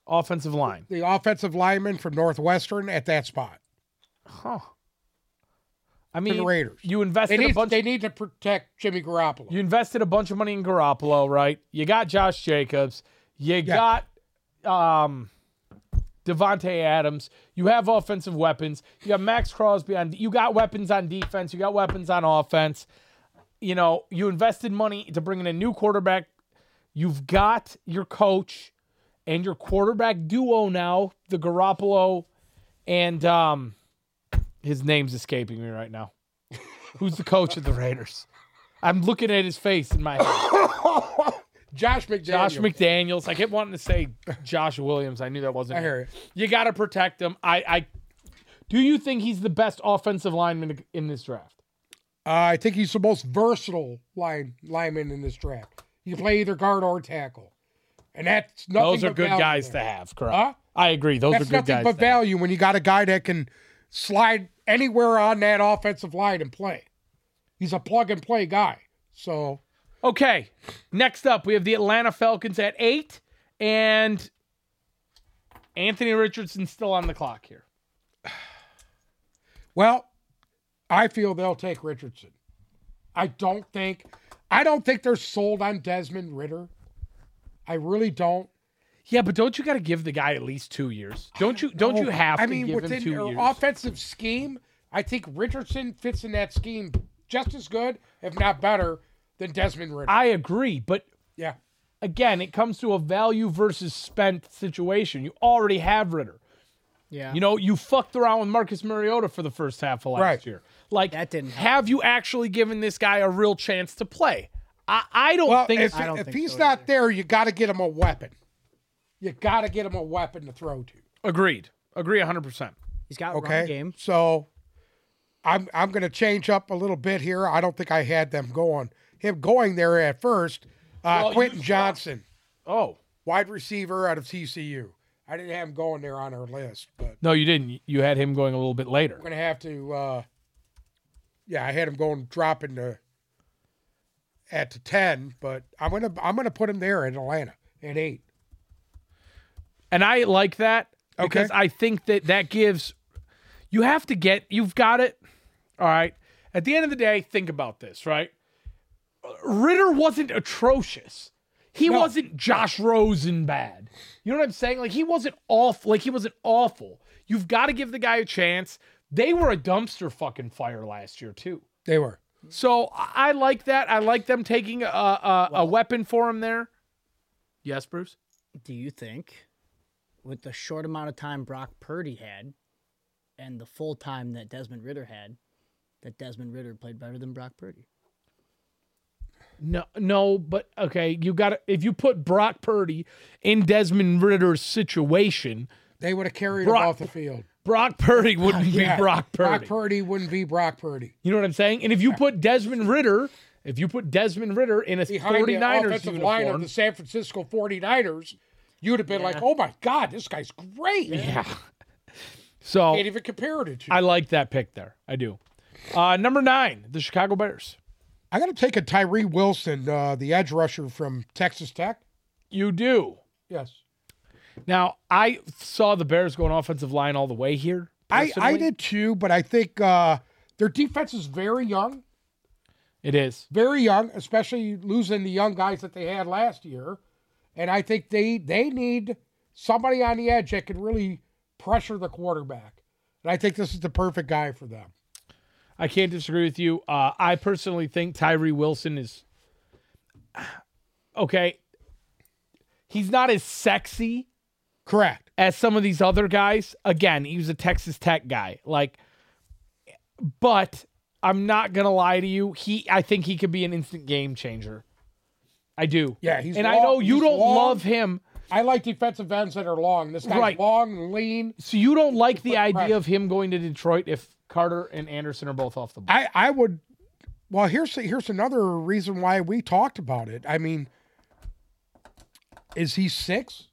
Speaker 1: Offensive line.
Speaker 2: the offensive lineman from Northwestern, at that spot.
Speaker 1: Huh. I
Speaker 2: the
Speaker 1: mean,
Speaker 2: Raiders.
Speaker 1: you
Speaker 2: They
Speaker 1: invested a
Speaker 2: need,
Speaker 1: bunch.
Speaker 2: they need to protect Jimmy Garoppolo.
Speaker 1: you invested a bunch of money in Garoppolo, right? You got Josh Jacobs. You got um, Devonte Adams. You have offensive weapons. You got Max Crosby on. You got weapons on defense. You got weapons on offense. You know, you invested money to bring in a new quarterback. You've got your coach and your quarterback duo now, the Garoppolo and um, his name's escaping me right now. Who's the coach of the Raiders? I'm looking at his face in my
Speaker 2: (coughs)
Speaker 1: head.
Speaker 2: Josh McDaniel.
Speaker 1: Josh McDaniels. I kept wanting to say Josh Williams. I knew that wasn't.
Speaker 2: I
Speaker 1: it.
Speaker 2: hear you.
Speaker 1: You got to protect him. I, I. Do you think he's the best offensive lineman in this draft?
Speaker 2: Uh, I think he's the most versatile line lineman in this draft. He can play either guard or tackle, and that's nothing.
Speaker 1: Those are
Speaker 2: but
Speaker 1: good
Speaker 2: value
Speaker 1: guys
Speaker 2: there.
Speaker 1: to have. Correct.
Speaker 2: Huh?
Speaker 1: I agree. Those
Speaker 2: That's
Speaker 1: are good
Speaker 2: nothing
Speaker 1: guys.
Speaker 2: but
Speaker 1: to have.
Speaker 2: value when you got a guy that can slide anywhere on that offensive line and play. He's a plug and play guy. So
Speaker 1: Okay. Next up, we have the Atlanta Falcons at eight, and Anthony Richardson's still on the clock here.
Speaker 2: Well, I feel they'll take Richardson. I don't think I don't think they're sold on Desmond Ritter. I really don't.
Speaker 1: Yeah, but don't you got to give the guy at least two years? Don't you? Don't you
Speaker 2: Oh,
Speaker 1: have to
Speaker 2: I mean,
Speaker 1: give him
Speaker 2: within
Speaker 1: two
Speaker 2: your
Speaker 1: years?
Speaker 2: offensive scheme, I think Richardson fits in that scheme just as good, if not better, than Desmond Ritter.
Speaker 1: I agree, but
Speaker 2: yeah.
Speaker 1: again, it comes to a value versus spent situation. You already have Ritter.
Speaker 3: Yeah.
Speaker 1: You know, you fucked around with Marcus Mariota for the first half of last
Speaker 2: Right.
Speaker 1: year. Like
Speaker 3: That didn't help.
Speaker 1: Have you actually given this guy a real chance to play? I, I don't
Speaker 2: Well,
Speaker 1: think.
Speaker 2: if,
Speaker 3: don't
Speaker 2: if
Speaker 3: think
Speaker 2: he's
Speaker 3: so
Speaker 2: not there, you got to get him a weapon. You got to get him a weapon to throw to.
Speaker 1: agreed. Agree 100. percent
Speaker 3: He's got
Speaker 2: Okay.
Speaker 3: run game.
Speaker 2: So I'm I'm going to change up a little bit here. I don't think I had them going him going there at first. Uh,
Speaker 1: Well, you
Speaker 2: Quentin
Speaker 1: saw-
Speaker 2: Johnson,
Speaker 1: Oh
Speaker 2: wide receiver out of TCU. I didn't have him going there on our list, but
Speaker 1: no, you didn't. You had him going a little bit later.
Speaker 2: I'm going to have to. Uh, yeah, I had him going dropping to at to ten, but I'm gonna I'm gonna put him there in Atlanta at eight.
Speaker 1: And I like that
Speaker 2: Okay.
Speaker 1: because I think that that gives you have to get you've got it. All right. At the end of the day, think about this, right? Ritter wasn't atrocious. He
Speaker 2: No.
Speaker 1: wasn't Josh Rosen bad. You know what I'm saying? Like he wasn't awful. Like he wasn't awful. You've got to give the guy a chance. They were a dumpster fucking fire last year too.
Speaker 2: They were.
Speaker 1: So I I like that. I like them taking a a, a weapon for him there. Yes, Bruce.
Speaker 3: Do you think, with the short amount of time Brock Purdy had, and the full time that Desmond Ritter had, that Desmond Ritter played better than Brock Purdy?
Speaker 1: No, no, but okay, you got to if you put Brock Purdy in Desmond Ritter's situation,
Speaker 2: They would have carried
Speaker 1: Brock-
Speaker 2: him off the field.
Speaker 1: Brock
Speaker 2: (laughs)
Speaker 1: Purdy wouldn't
Speaker 2: Oh, Yeah,
Speaker 1: be Brock Purdy.
Speaker 2: Brock Purdy wouldn't be Brock Purdy.
Speaker 1: You know what I'm saying? And if you put Desmond Ritter, if you put Desmond Ritter in a
Speaker 2: behind the
Speaker 1: 49ers
Speaker 2: offensive line of
Speaker 1: uniform,
Speaker 2: the San Francisco 49ers, you'd have been like, oh my God, this guy's great.
Speaker 1: yeah. So
Speaker 2: Can't even compare it to.
Speaker 1: I like that pick there. I do. Uh, number nine, the Chicago Bears.
Speaker 2: I got to take a Tyree Wilson, uh, the edge rusher from Texas Tech.
Speaker 1: You do.
Speaker 2: Yes.
Speaker 1: Now, I saw the Bears going offensive line all the way here.
Speaker 2: I, I
Speaker 1: personally.
Speaker 2: did too, but I think uh, their defense is very young,
Speaker 1: It is.
Speaker 2: very young, especially losing the young guys that they had last year. And I think they they need somebody on the edge that can really pressure the quarterback. And I think this is the perfect guy for them.
Speaker 1: I can't disagree with you. Uh, I personally think Tyree Wilson is (sighs) okay. He's not as sexy
Speaker 2: Correct.
Speaker 1: as some of these other guys. Again, he was a Texas Tech guy. Like, but I'm not gonna lie to you. He, I think he could be an instant game changer. I do.
Speaker 2: Yeah, he's
Speaker 1: and I
Speaker 2: long-
Speaker 1: know you
Speaker 2: he's
Speaker 1: don't
Speaker 2: long.
Speaker 1: love him,
Speaker 2: I like defensive ends that are long. This guy's
Speaker 1: Right.
Speaker 2: long and lean.
Speaker 1: so you don't like the
Speaker 2: pressure.
Speaker 1: idea of him going to Detroit if Carter and Anderson are both off the ball.
Speaker 2: I, I would. Well, here's here's another reason why we talked about it. I mean, is he six?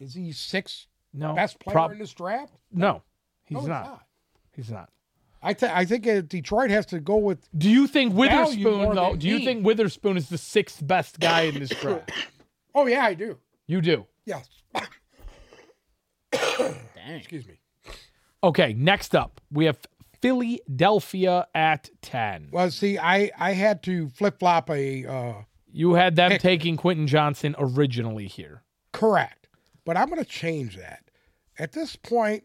Speaker 2: Is he six
Speaker 1: No,
Speaker 2: best player
Speaker 1: prob-
Speaker 2: in this draft?
Speaker 1: no, he's
Speaker 2: No,
Speaker 1: not. He's not.
Speaker 2: I th- I think uh, Detroit has to go with.
Speaker 1: Do you think
Speaker 2: Value
Speaker 1: Witherspoon
Speaker 2: more
Speaker 1: though?
Speaker 2: than
Speaker 1: Do you
Speaker 2: need.
Speaker 1: think Witherspoon is the sixth best guy in this (coughs) draft?
Speaker 2: Oh yeah, I do.
Speaker 1: You do.
Speaker 2: Yes. (coughs)
Speaker 3: Dang.
Speaker 2: Excuse me.
Speaker 1: Okay. Next up, we have Philadelphia at ten.
Speaker 2: Well, see, I I had to flip flop a uh,
Speaker 1: You had them
Speaker 2: Pick.
Speaker 1: taking Quentin Johnson originally here.
Speaker 2: correct, but I'm going to change that. At this point,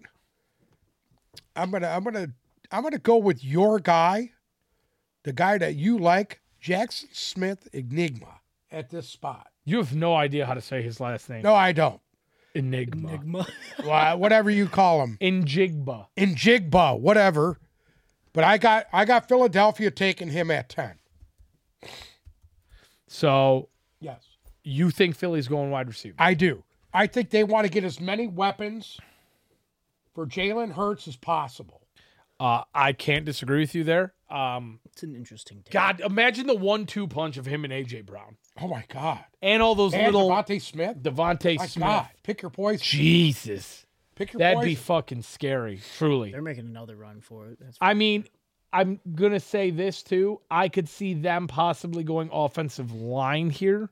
Speaker 2: I'm gonna I'm gonna I'm gonna go with your guy, the guy that you like, Jackson Smith Enigma at this spot.
Speaker 1: You have no idea how to say his last name.
Speaker 2: No, I don't.
Speaker 1: Enigma.
Speaker 3: Enigma.
Speaker 2: Wha- (laughs) whatever you call him,
Speaker 1: Enjigba.
Speaker 2: Njigba, whatever. But I got I got Philadelphia taking him at ten.
Speaker 1: So
Speaker 2: Yes,
Speaker 1: you think Philly's going wide receiver?
Speaker 2: I do. I think they want to get as many weapons for Jalen Hurts as possible.
Speaker 1: Uh, I can't disagree with you there. Um,
Speaker 3: (laughs) It's an interesting. Take.
Speaker 1: God, imagine the one-two punch of him and AJ Brown
Speaker 2: Oh my God,
Speaker 1: and all those
Speaker 2: and
Speaker 1: little
Speaker 2: Devontae Smith.
Speaker 1: Devontae
Speaker 2: My
Speaker 1: Smith.
Speaker 2: God, pick your poison.
Speaker 1: Jesus.
Speaker 2: Pick your
Speaker 1: That'd
Speaker 2: poison.
Speaker 1: be fucking scary, truly.
Speaker 3: They're making another run for it. That's
Speaker 1: I mean, I'm gonna say this too. I could see them possibly going offensive line here.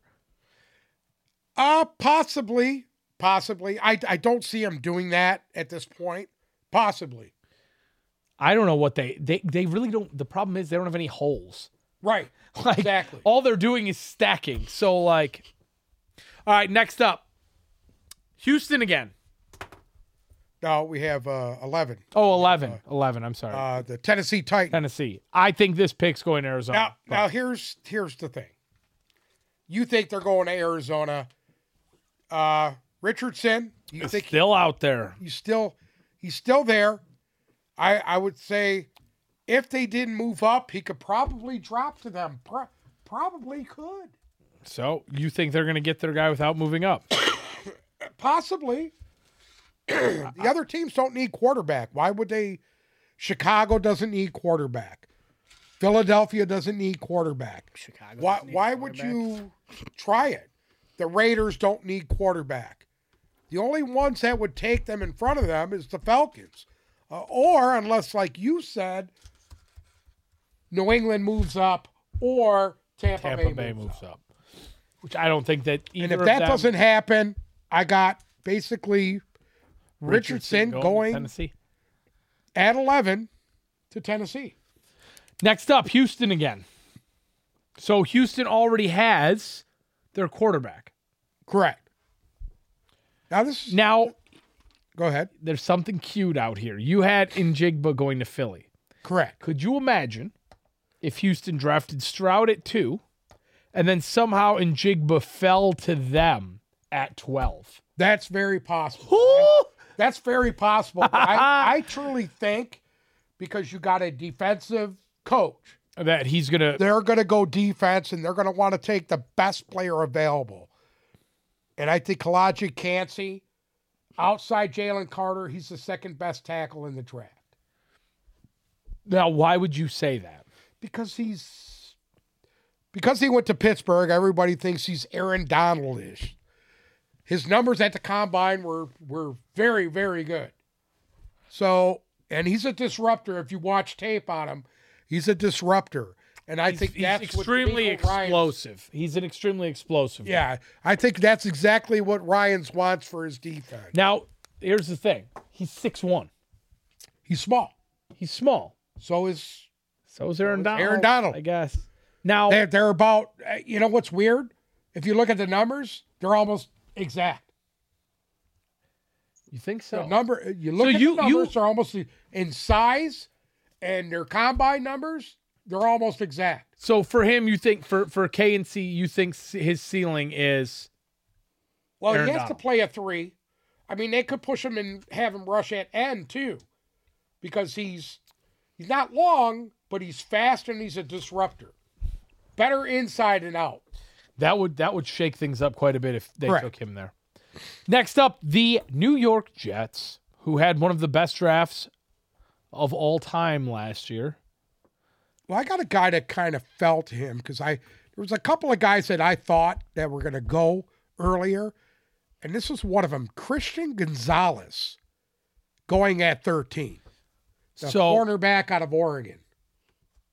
Speaker 2: Uh possibly, possibly. I I don't see him doing that at this point. Possibly.
Speaker 1: I don't know what they they they really don't. The problem is they don't have any holes. (laughs)
Speaker 2: Right.
Speaker 1: Like
Speaker 2: Exactly.
Speaker 1: all they're doing is stacking. So like, all right, next up, Houston again.
Speaker 2: No, we have uh, 11.
Speaker 1: Oh, 11. 11. I'm sorry.
Speaker 2: Uh, the Tennessee Titans.
Speaker 1: Tennessee. I think this pick's going to Arizona.
Speaker 2: Now,
Speaker 1: but-
Speaker 2: now here's here's the thing. You think they're going to Arizona? Uh, Richardson, you
Speaker 1: It's
Speaker 2: think
Speaker 1: still out there.
Speaker 2: he's still he's still there? I I would say if they didn't move up, he could probably drop to them. Pro- probably could,
Speaker 1: So you think they're going to get their guy without moving up?
Speaker 2: possibly. (clears throat) the other teams don't need quarterback. Why would they? Chicago doesn't need quarterback. Philadelphia doesn't need quarterback.
Speaker 3: Chicago.
Speaker 2: Why,
Speaker 3: doesn't need a
Speaker 2: why would
Speaker 3: quarterback.
Speaker 2: you try it? The Raiders don't need quarterback. The only ones that would take them in front of them is the Falcons. Uh, or, unless, like you said, New England moves up or Tampa,
Speaker 1: Tampa
Speaker 2: Bay,
Speaker 1: Bay
Speaker 2: moves
Speaker 1: moves
Speaker 2: up.
Speaker 1: up, which I don't think that either
Speaker 2: And if
Speaker 1: of
Speaker 2: that
Speaker 1: them-
Speaker 2: doesn't happen, I got basically Richardson
Speaker 1: to
Speaker 2: going-
Speaker 1: Tennessee.
Speaker 2: at 11 to Tennessee.
Speaker 1: Next up, Houston again. So Houston already has their quarterback.
Speaker 2: Correct. Now, this is.
Speaker 1: Now
Speaker 2: go ahead.
Speaker 1: there's something cute out here. You had Njigba going to Philly.
Speaker 2: Correct.
Speaker 1: Could you imagine if Houston drafted Stroud at two, and then somehow Njigba fell to them at twelve?
Speaker 2: That's very possible. That's very possible. But I, I truly think because you got a defensive coach,
Speaker 1: That he's gonna
Speaker 2: they're going to go defense and they're going to want to take the best player available. And I think Kalaji Cansey, outside Jalen Carter, he's the second best tackle in the draft
Speaker 1: now. Why would you say that?
Speaker 2: because he's because he went to Pittsburgh. Everybody thinks he's Aaron Donald ish. His numbers at the combine were were very very good. So and he's a disruptor. If you watch tape on him, he's a disruptor. And I think
Speaker 1: he's
Speaker 2: that's what
Speaker 1: extremely
Speaker 2: D'Amico Ryan's-
Speaker 1: explosive. He's an extremely explosive. guy.
Speaker 2: Yeah, I think that's exactly what Ryan's wants for his defense.
Speaker 1: Now here's the thing. He's six one.
Speaker 2: He's small,
Speaker 1: He's small.
Speaker 2: so is
Speaker 1: So is Aaron Donald.
Speaker 2: Aaron Donald.
Speaker 1: I guess. Now
Speaker 2: they're, they're about. uh, You know what's weird? If you look at the numbers, they're almost exact.
Speaker 1: you think
Speaker 2: The
Speaker 1: so?
Speaker 2: number uh, you look at
Speaker 1: you-
Speaker 2: the
Speaker 1: you-
Speaker 2: numbers are almost the- in size and their combine numbers, they're almost exact.
Speaker 1: So for him, you think for for K and C, you think c- his ceiling is
Speaker 2: Well,
Speaker 1: Aaron
Speaker 2: he has
Speaker 1: Donald.
Speaker 2: to play a three. I mean, they could push him and have him rush at end too, because he's he's not long, but he's fast and he's a disruptor. Better inside and out.
Speaker 1: that would that would shake things up quite a bit if they
Speaker 2: Correct.
Speaker 1: took him there. Next up, the New York Jets, who had one of the best drafts of all time last year.
Speaker 2: Well, I got a guy that kind of fell to him because I there was a couple of guys that I thought that were going to go earlier, and this was one of them. Christian Gonzalez going at thirteen, the
Speaker 1: so
Speaker 2: cornerback out of Oregon.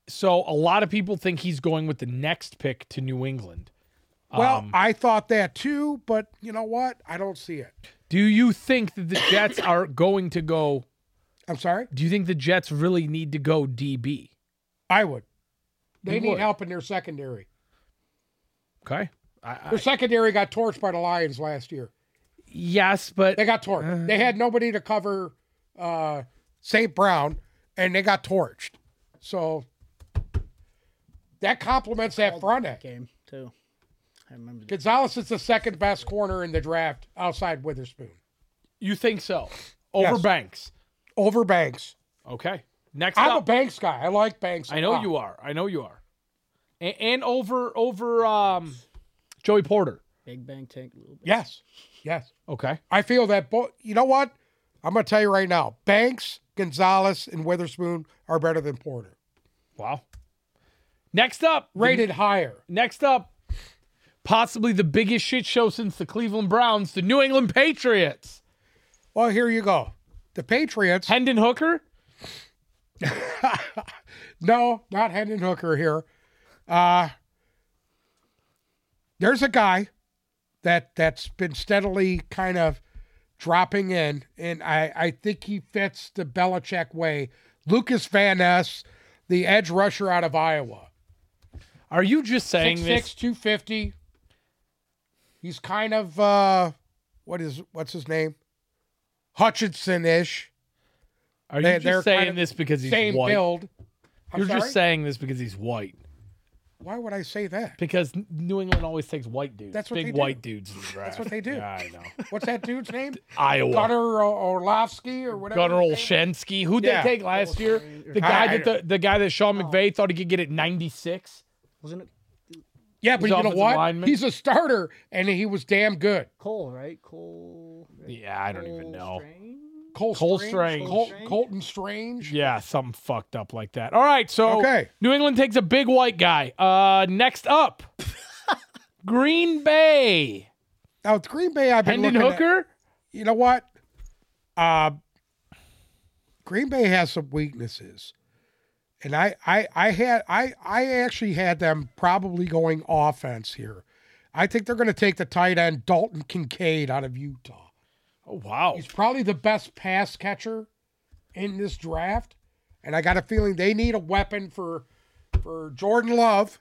Speaker 1: so a lot of people think he's going with the next pick to New England.
Speaker 2: Well,
Speaker 1: Um,
Speaker 2: I thought that too, but you know what? I don't see it.
Speaker 1: do you think that the Jets are going to go?
Speaker 2: I'm sorry.
Speaker 1: Do you think the Jets really need to go DB?
Speaker 2: I would. They
Speaker 1: You
Speaker 2: need
Speaker 1: would.
Speaker 2: help in their secondary.
Speaker 1: Okay. I, I,
Speaker 2: Their secondary got torched by the Lions last year.
Speaker 1: yes, but
Speaker 2: They got torched. they had nobody to cover uh, St. Brown, and they got torched. So that complements that front end.
Speaker 3: game too? I remember. that.
Speaker 2: Gonzalez is the second best corner in the draft outside Witherspoon.
Speaker 1: You think so? Over
Speaker 2: Yes.
Speaker 1: Banks.
Speaker 2: Over Banks.
Speaker 1: Okay. Next
Speaker 2: I'm a
Speaker 1: up.
Speaker 2: Banks guy. I like Banks.
Speaker 1: I know you are. I know you are. And, and over over um Joey Porter.
Speaker 3: Big Bang Tank. Little bit.
Speaker 2: Yes. Yes.
Speaker 1: Okay.
Speaker 2: I feel that both. You know what? I'm going to tell you right now. Banks, Gonzalez, and Witherspoon are better than Porter.
Speaker 1: Wow. Next up,
Speaker 2: Rated higher.
Speaker 1: next up, possibly the biggest shit show since the Cleveland Browns, the New England Patriots.
Speaker 2: Well, here you go. The Patriots.
Speaker 1: Hendon Hooker.
Speaker 2: No, not Hendon Hooker here. Uh, there's a guy that that's been steadily kind of dropping in, and I, I think he fits the Belichick way. Lucas Van Ness, the edge rusher out of Iowa.
Speaker 1: Are you just saying
Speaker 2: Six
Speaker 1: this?
Speaker 2: six two fifty. He's kind of uh, what is what's his name? Hutchinson ish.
Speaker 1: Are
Speaker 2: They-
Speaker 1: you
Speaker 2: they're
Speaker 1: just
Speaker 2: kind
Speaker 1: saying
Speaker 2: of
Speaker 1: this because he's
Speaker 2: Same
Speaker 1: white?
Speaker 2: build. I'm
Speaker 1: You're
Speaker 2: sorry?
Speaker 1: just saying this because he's white.
Speaker 2: Why would I say that?
Speaker 1: Because N- New England always takes white dudes.
Speaker 2: That's what
Speaker 1: Big
Speaker 2: they do.
Speaker 1: white dudes in the draft.
Speaker 2: what they do.
Speaker 1: Yeah, I
Speaker 2: (laughs)
Speaker 1: know.
Speaker 2: What's that dude's name?
Speaker 1: Iowa.
Speaker 2: Gunner or- Orlovsky or whatever.
Speaker 1: Gunnar
Speaker 2: his name-
Speaker 1: Olszewski. Who'd
Speaker 2: Yeah.
Speaker 1: they take last year? The
Speaker 2: I-
Speaker 1: guy that the, the guy that Sean McVay thought he could get at 96.
Speaker 3: Wasn't it
Speaker 2: Yeah, but
Speaker 1: His
Speaker 2: you know
Speaker 1: offensive
Speaker 2: what?
Speaker 1: lineman.
Speaker 2: He's a starter, and he was damn good.
Speaker 3: Cole, right? Cole.
Speaker 1: Yeah, I don't
Speaker 3: Oh,
Speaker 1: even know.
Speaker 2: Cole,
Speaker 1: Cole
Speaker 2: Strange.
Speaker 1: Strange.
Speaker 2: Col-
Speaker 3: Strange?
Speaker 2: Colton Strange.
Speaker 1: Yeah, something fucked up like that. All right, so
Speaker 2: Okay.
Speaker 1: New England takes a big white guy. Uh, next up,
Speaker 2: (laughs)
Speaker 1: Green Bay.
Speaker 2: Now with Green Bay, I've been
Speaker 1: Hendon
Speaker 2: looking at-
Speaker 1: Hooker.
Speaker 2: you know what? Uh, Green Bay has some weaknesses, and I, I, I had, I, I actually had them probably going offense here. I think they're going to take the tight end Dalton Kincaid out of Utah.
Speaker 1: Oh wow.
Speaker 2: He's probably the best pass catcher in this draft, and I got a feeling they need a weapon for for Jordan Love,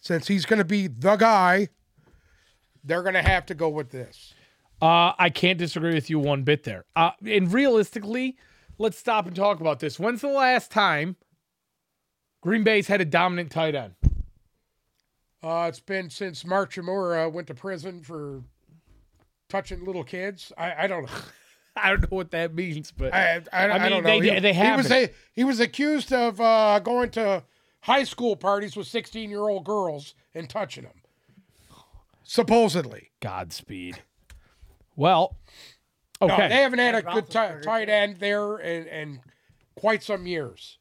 Speaker 2: since he's going to be the guy. They're going to have to go with this.
Speaker 1: Uh, I can't disagree with you one bit there. Uh, and realistically, let's stop and talk about this. When's the last time Green Bay's had a dominant tight end?
Speaker 2: Uh, it's been since March Amora went to prison for touching little kids. I, I don't know.
Speaker 1: (laughs) I don't know what that means, but
Speaker 2: I, I, I
Speaker 1: mean,
Speaker 2: don't know.
Speaker 1: they-
Speaker 2: he,
Speaker 1: they
Speaker 2: he was
Speaker 1: haven't.
Speaker 2: a, he was accused of uh, going to high school parties with sixteen year old girls and touching them. Supposedly,
Speaker 1: Godspeed. Well,
Speaker 2: No,
Speaker 1: okay.
Speaker 2: they haven't had a
Speaker 3: Ben
Speaker 2: good ti-
Speaker 3: Roethlisberger.
Speaker 2: tight end there in, in quite some years.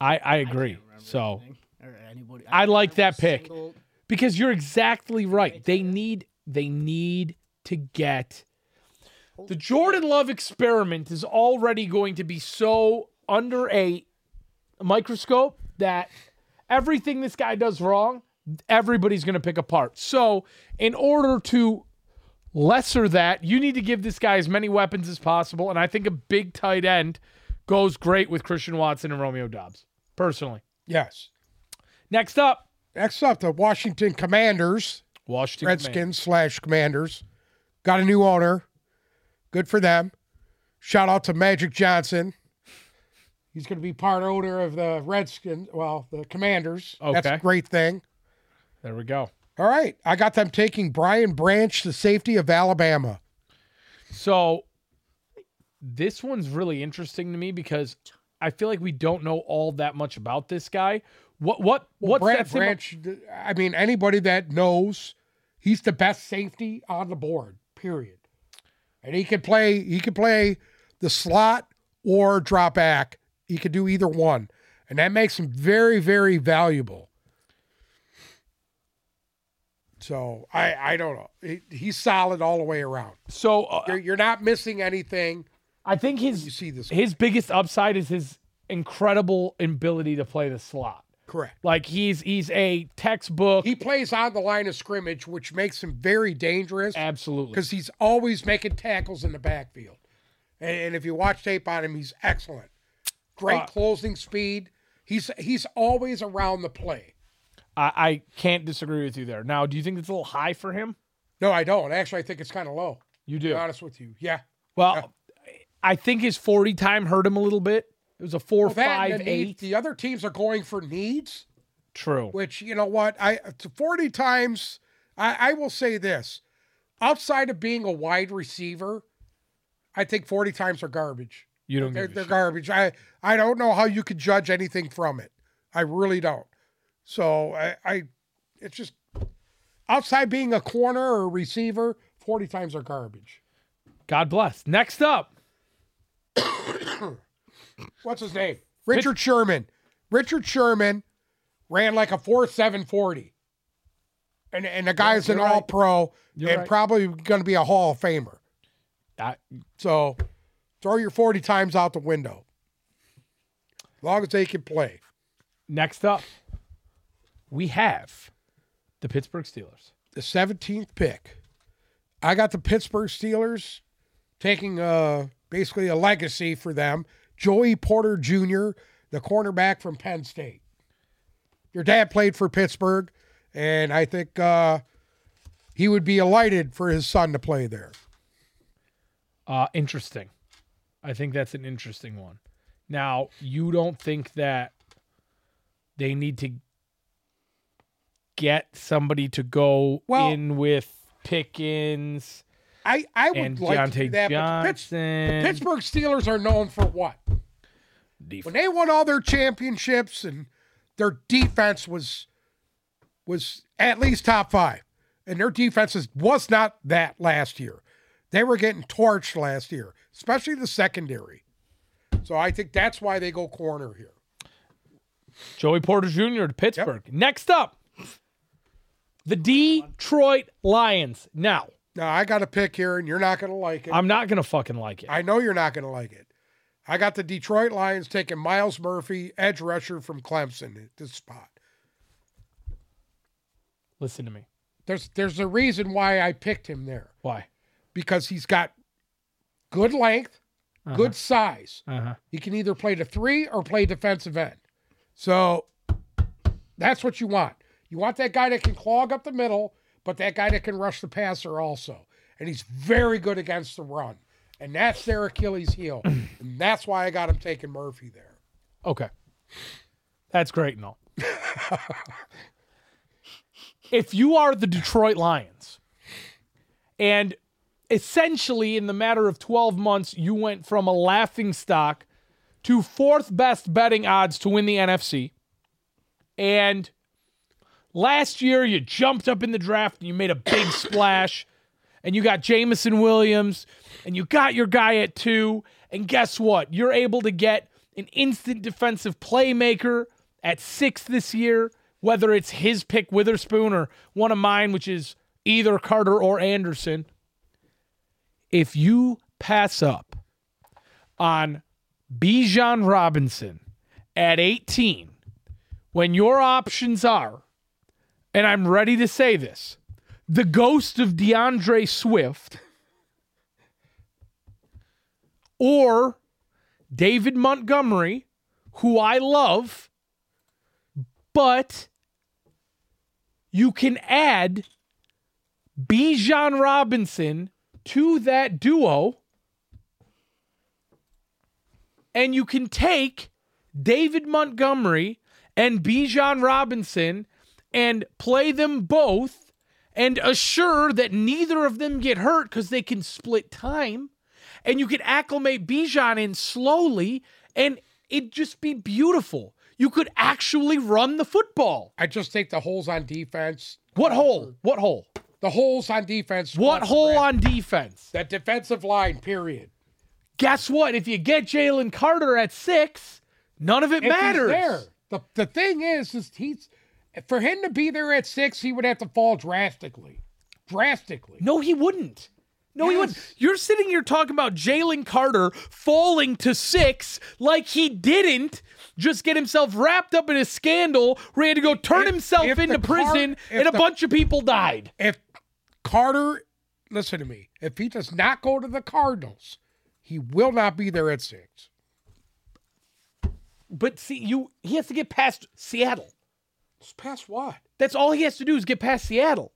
Speaker 1: I, I agree. so
Speaker 3: Or anybody.
Speaker 1: I like that
Speaker 3: remember a
Speaker 1: pick.
Speaker 3: single-
Speaker 1: because you're exactly right. They need they need to get the Jordan Love experiment is already going to be so under a microscope that everything this guy does wrong, everybody's going to pick apart. So, in order to lesser that, you need to give this guy as many weapons as possible, and I think a big tight end goes great with Christian Watson and Romeo Dobbs. Personally,
Speaker 2: Yes.
Speaker 1: next up,
Speaker 2: Next up, the Washington Commanders.
Speaker 1: Washington Commanders.
Speaker 2: Redskins slash Commanders. Got a new owner. Good for them. Shout out to Magic Johnson. He's going to be part owner of the Redskins. Well, the Commanders. That's a
Speaker 1: Okay.
Speaker 2: great thing.
Speaker 1: There we go.
Speaker 2: All right. I got them taking Brian Branch, the safety of Alabama.
Speaker 1: So this one's really interesting to me because I feel like we don't know all that much about this guy. What what what's
Speaker 2: Brad
Speaker 1: that symbol-
Speaker 2: Branch, I mean, anybody that knows, he's the best safety on the board, period. And he can play, he can play the slot or drop back. He could do either one. And that makes him very, very valuable. So I, I don't know. He, he's solid all the way around.
Speaker 1: So uh,
Speaker 2: You're, you're not missing anything.
Speaker 1: I think
Speaker 2: You
Speaker 1: his
Speaker 2: see this.
Speaker 1: his biggest upside is his incredible ability to play the slot.
Speaker 2: Correct.
Speaker 1: Like he's he's a textbook
Speaker 2: He plays on the line of scrimmage, which makes him very dangerous.
Speaker 1: absolutely.
Speaker 2: because he's always making tackles in the backfield. And, and if you watch tape on him, he's excellent. Great
Speaker 1: Uh,
Speaker 2: closing speed. He's he's always around the play.
Speaker 1: I, I can't disagree with you there. Now, do you think it's a little high for him?
Speaker 2: No, I don't. Actually, I think it's kind of low.
Speaker 1: You
Speaker 2: To
Speaker 1: do.
Speaker 2: be honest with you, yeah.
Speaker 1: Well, I think his 40 time hurt him a little bit. It was a four
Speaker 2: Well, that and
Speaker 1: five
Speaker 2: the need-
Speaker 1: eight.
Speaker 2: The other teams are going for needs,
Speaker 1: True.
Speaker 2: which you know what I to forty times. I, I will say this: outside of being a wide receiver, I think forty times are garbage.
Speaker 1: You don't
Speaker 2: They're,
Speaker 1: give a
Speaker 2: they're
Speaker 1: shit.
Speaker 2: garbage. I, I don't know how you could judge anything from it. I really don't. So I, I it's just outside being a corner or a receiver, 40 times are garbage.
Speaker 1: God bless. Next up,
Speaker 2: What's his name? Richard Sherman. Richard Sherman ran like a 4.740. And, and the guy's an
Speaker 1: you're right.
Speaker 2: all pro
Speaker 1: You're
Speaker 2: and
Speaker 1: right.
Speaker 2: probably going to be a Hall of Famer.
Speaker 1: I,
Speaker 2: So throw your 40 times out the window. As long as they can play.
Speaker 1: Next up, we have the Pittsburgh Steelers.
Speaker 2: the 17th pick. I got the Pittsburgh Steelers taking uh, basically a legacy for them. Joey Porter Jr., the cornerback from Penn State. Your dad played for Pittsburgh, and I think uh, he would be elated for his son to play there.
Speaker 1: Uh, interesting. I think that's an interesting one. Now, you don't think that they need to get somebody to go
Speaker 2: Well-
Speaker 1: in with Pickens
Speaker 2: I, I would
Speaker 1: and
Speaker 2: like to
Speaker 1: Deontay
Speaker 2: do that, but Pitts-
Speaker 1: Johnson.
Speaker 2: Pittsburgh Steelers are known for what?
Speaker 1: Def-
Speaker 2: When they won all their championships and their defense was was at least top five, and their defense is, was not that last year. They were getting torched last year, especially the secondary. So I think that's why they go corner here.
Speaker 1: Joey Porter Jr. to Pittsburgh. Next up, the Detroit Lions. Now,
Speaker 2: Now I got a pick here, and you're not going to like it.
Speaker 1: I'm not going to fucking like it.
Speaker 2: I know you're not going to like it. I got the Detroit Lions taking Miles Murphy, edge rusher from Clemson at this spot.
Speaker 1: Listen to me.
Speaker 2: There's there's a reason why I picked him there
Speaker 1: Why?
Speaker 2: because he's got good length, good size.
Speaker 1: Uh-huh.
Speaker 2: He can either play the three or play defensive end. So that's what you want. You want that guy that can clog up the middle, but that guy that can rush the passer also. And he's very good against the run. And that's their
Speaker 1: (clears throat)
Speaker 2: Achilles heel. and that's why I got him taking Murphy there.
Speaker 1: Okay. That's great and all. if you are the Detroit Lions and essentially in the matter of 12 months, you went from a laughing stock to fourth best betting odds to win the NFC. And last year, you jumped up in the draft and you made a big splash. And you got Jamison Williams and you got your guy at two. And guess what? You're able to get an instant defensive playmaker at six this year, whether it's his pick, Witherspoon, or one of mine, which is either Carter or Anderson. If you pass up on Bijan Robinson at 18, when your options are, and I'm ready to say this, the ghost of DeAndre Swift or David Montgomery, who I love, but you can add Bijan Robinson to that duo and you can take David Montgomery and Bijan Robinson and play them both and assure that neither of them get hurt because they can split time. And you can acclimate Bijan in slowly and it'd just be beautiful. You could actually run the football.
Speaker 2: I just think the holes on defense.
Speaker 1: What hole? What hole?
Speaker 2: The holes on defense.
Speaker 1: What
Speaker 2: was
Speaker 1: hole
Speaker 2: Brad-
Speaker 1: on defense?
Speaker 2: that defensive line, period.
Speaker 1: Guess what? If you get Jalen Carter at six, none of it
Speaker 2: If he's
Speaker 1: matters.
Speaker 2: there. The the thing is, is he's for him to be there at six, he would have to fall drastically. Drastically.
Speaker 1: No, he wouldn't. No, he wouldn't.
Speaker 2: Yes.
Speaker 1: You're sitting here talking about Jalen Carter falling to six like he didn't just get himself wrapped up in a scandal where he had to go turn
Speaker 2: If-
Speaker 1: himself
Speaker 2: if
Speaker 1: into
Speaker 2: the Car-
Speaker 1: prison
Speaker 2: if
Speaker 1: and a
Speaker 2: the-
Speaker 1: bunch of people died.
Speaker 2: If Carter listen to me, if he does not go to the Cardinals, he will not be there at six.
Speaker 1: But see, you he has to get past Seattle.
Speaker 2: Just pass what?
Speaker 1: That's all he has to do is get past Seattle.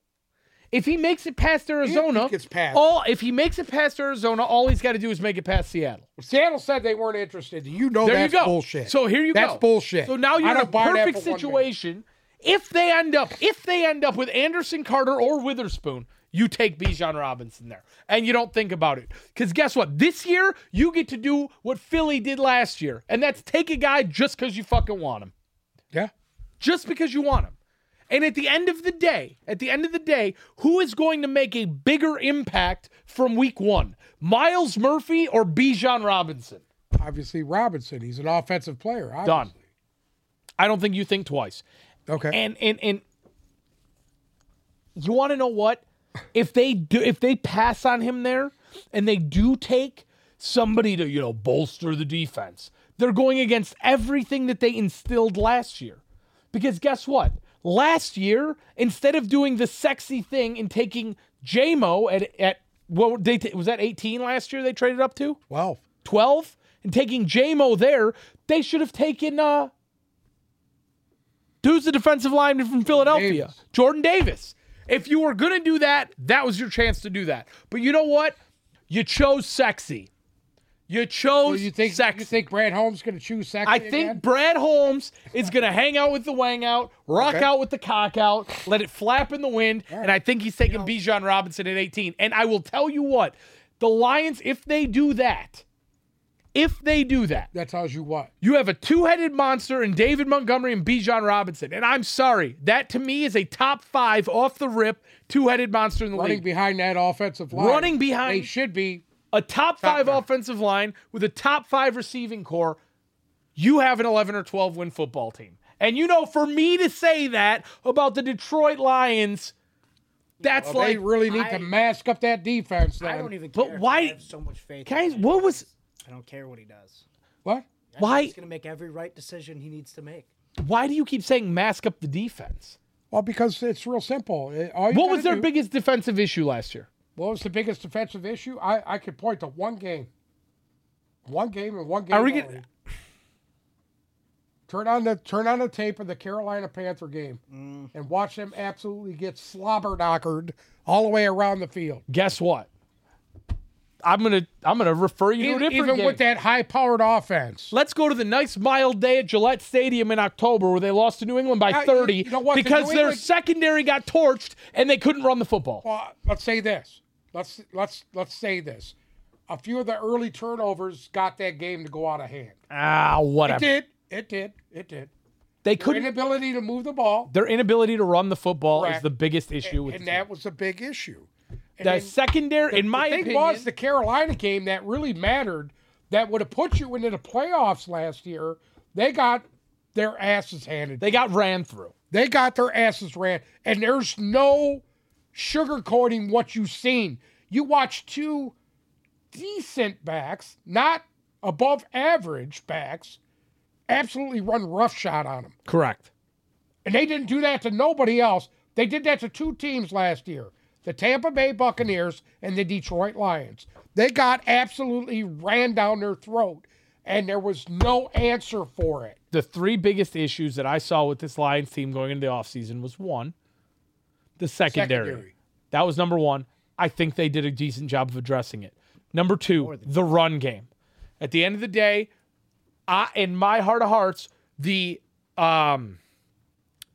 Speaker 1: If he makes it past Arizona,
Speaker 2: gets past.
Speaker 1: all if he makes it past Arizona, all he's got to do is make it past Seattle.
Speaker 2: Seattle said they weren't interested. You know
Speaker 1: There
Speaker 2: Oh, that's
Speaker 1: you go.
Speaker 2: bullshit.
Speaker 1: So here you go.
Speaker 2: That's bullshit.
Speaker 1: So now you're
Speaker 2: I
Speaker 1: in a
Speaker 2: don't buy that
Speaker 1: perfect
Speaker 2: for one bit.
Speaker 1: situation. If they end up, if they end up with Anderson Carter or Witherspoon, you take Bijan Robinson there, and you don't think about it. Because guess what? This year you get to do what Philly did last year, and that's take a guy just because you fucking want him,
Speaker 2: Yeah.
Speaker 1: just because you want him. And at the end of the day, at the end of the day, who is going to make a bigger impact from week one? Miles Murphy or Bijan Robinson?
Speaker 2: Obviously Robinson. He's an offensive player.
Speaker 1: Done.
Speaker 2: Obviously.
Speaker 1: I don't think you think twice.
Speaker 2: Okay.
Speaker 1: and and and you want to know what if they do if they pass on him there and they do take somebody to you know bolster the defense they're going against everything that they instilled last year because guess what last year instead of doing the sexy thing and taking jmo at at what they ta- was that 18 last year they traded up to
Speaker 2: Twelve.
Speaker 1: 12 and taking JMO there, they should have taken uh who's the defensive lineman from Philadelphia?
Speaker 2: Davis.
Speaker 1: Jordan Davis. If you were going to do that, that was your chance to do that. But you know what? You chose sexy. You chose
Speaker 2: So you think
Speaker 1: sexy.
Speaker 2: you think Brad Holmes going to choose sexy?
Speaker 1: I think
Speaker 2: again?
Speaker 1: Brad Holmes is going to hang out with the wang out, rock
Speaker 2: Okay.
Speaker 1: out with the cock out, let it flap in the wind, and I think he's taking Bijan Robinson at 18. And I will tell you what, the Lions, if they do that, if they do that,
Speaker 2: that tells you what.
Speaker 1: you have a two-headed monster in David Montgomery and Bijan Robinson. And I'm sorry, that to me is a top five off the rip two-headed monster in the
Speaker 2: Running
Speaker 1: league.
Speaker 2: behind that offensive line.
Speaker 1: Running behind-
Speaker 2: They should be.
Speaker 1: a top, five
Speaker 2: guy.
Speaker 1: offensive line with a top five receiving core, you have an 11 or 12 win football team. And you know, for me to say that about the Detroit Lions, that's
Speaker 2: They
Speaker 1: like,
Speaker 2: really need
Speaker 3: I-
Speaker 2: to mask up that defense. Then.
Speaker 3: I don't even
Speaker 1: But
Speaker 3: care. 'cause
Speaker 1: why-
Speaker 3: I have so much faith? in
Speaker 1: guys,
Speaker 3: him.
Speaker 1: what was,
Speaker 3: I don't care what he does.
Speaker 2: What?
Speaker 1: why,
Speaker 3: He's gonna make every right decision he needs to make.
Speaker 1: why do you keep saying mask up the defense?
Speaker 2: Well, because it's real simple. It- All you
Speaker 1: What
Speaker 2: gotta
Speaker 1: was their
Speaker 2: do-
Speaker 1: biggest defensive issue last year?
Speaker 2: What was the biggest defensive issue? I, I could point to one game. One game and one game.
Speaker 1: Are we
Speaker 2: only.
Speaker 1: gonna-
Speaker 2: turn on the turn on the tape of the Carolina Panther game
Speaker 1: Mm.
Speaker 2: and watch them absolutely get slobber-knockered all the way around the field.
Speaker 1: Guess what? I'm gonna I'm gonna refer you to a
Speaker 2: Even,
Speaker 1: different game.
Speaker 2: with that high-powered offense.
Speaker 1: Let's go to the nice mild day at Gillette Stadium in October where they lost to New England by
Speaker 2: Uh, you-
Speaker 1: 30
Speaker 2: you know what, the
Speaker 1: because
Speaker 2: New
Speaker 1: their
Speaker 2: England-
Speaker 1: secondary got torched and they couldn't run the football.
Speaker 2: Well, let's say this. Let's let's let's say this. A few of the early turnovers got that game to go out of hand.
Speaker 1: Ah,
Speaker 2: It
Speaker 1: whatever.
Speaker 2: did. It did. It did.
Speaker 1: They couldn't
Speaker 2: Inability to move the ball,
Speaker 1: their inability to run the football is
Speaker 2: Correct.
Speaker 1: the biggest issue with
Speaker 2: and
Speaker 1: the, team.
Speaker 2: that was a big issue. And
Speaker 1: The
Speaker 2: then
Speaker 1: secondary in my
Speaker 2: the thing
Speaker 1: opinion
Speaker 2: was the Carolina game that really mattered. That would have put you into the playoffs last year. They got their asses handed.
Speaker 1: they got ran through.
Speaker 2: They got their asses ran, and there's no sugarcoating what you've seen. You watch two decent backs, not above average backs, absolutely run roughshod on them.
Speaker 1: Correct.
Speaker 2: And they didn't do that to nobody else. They did that to two teams last year the Tampa Bay Buccaneers and the Detroit Lions. They got absolutely ran down their throat, and there was no answer for it.
Speaker 1: The three biggest issues that I saw with this Lions team going into the offseason was one, the secondary. That was number one. I think they did a decent job of addressing it. Number two, the run game. At the end of the day, I in my heart of hearts, the um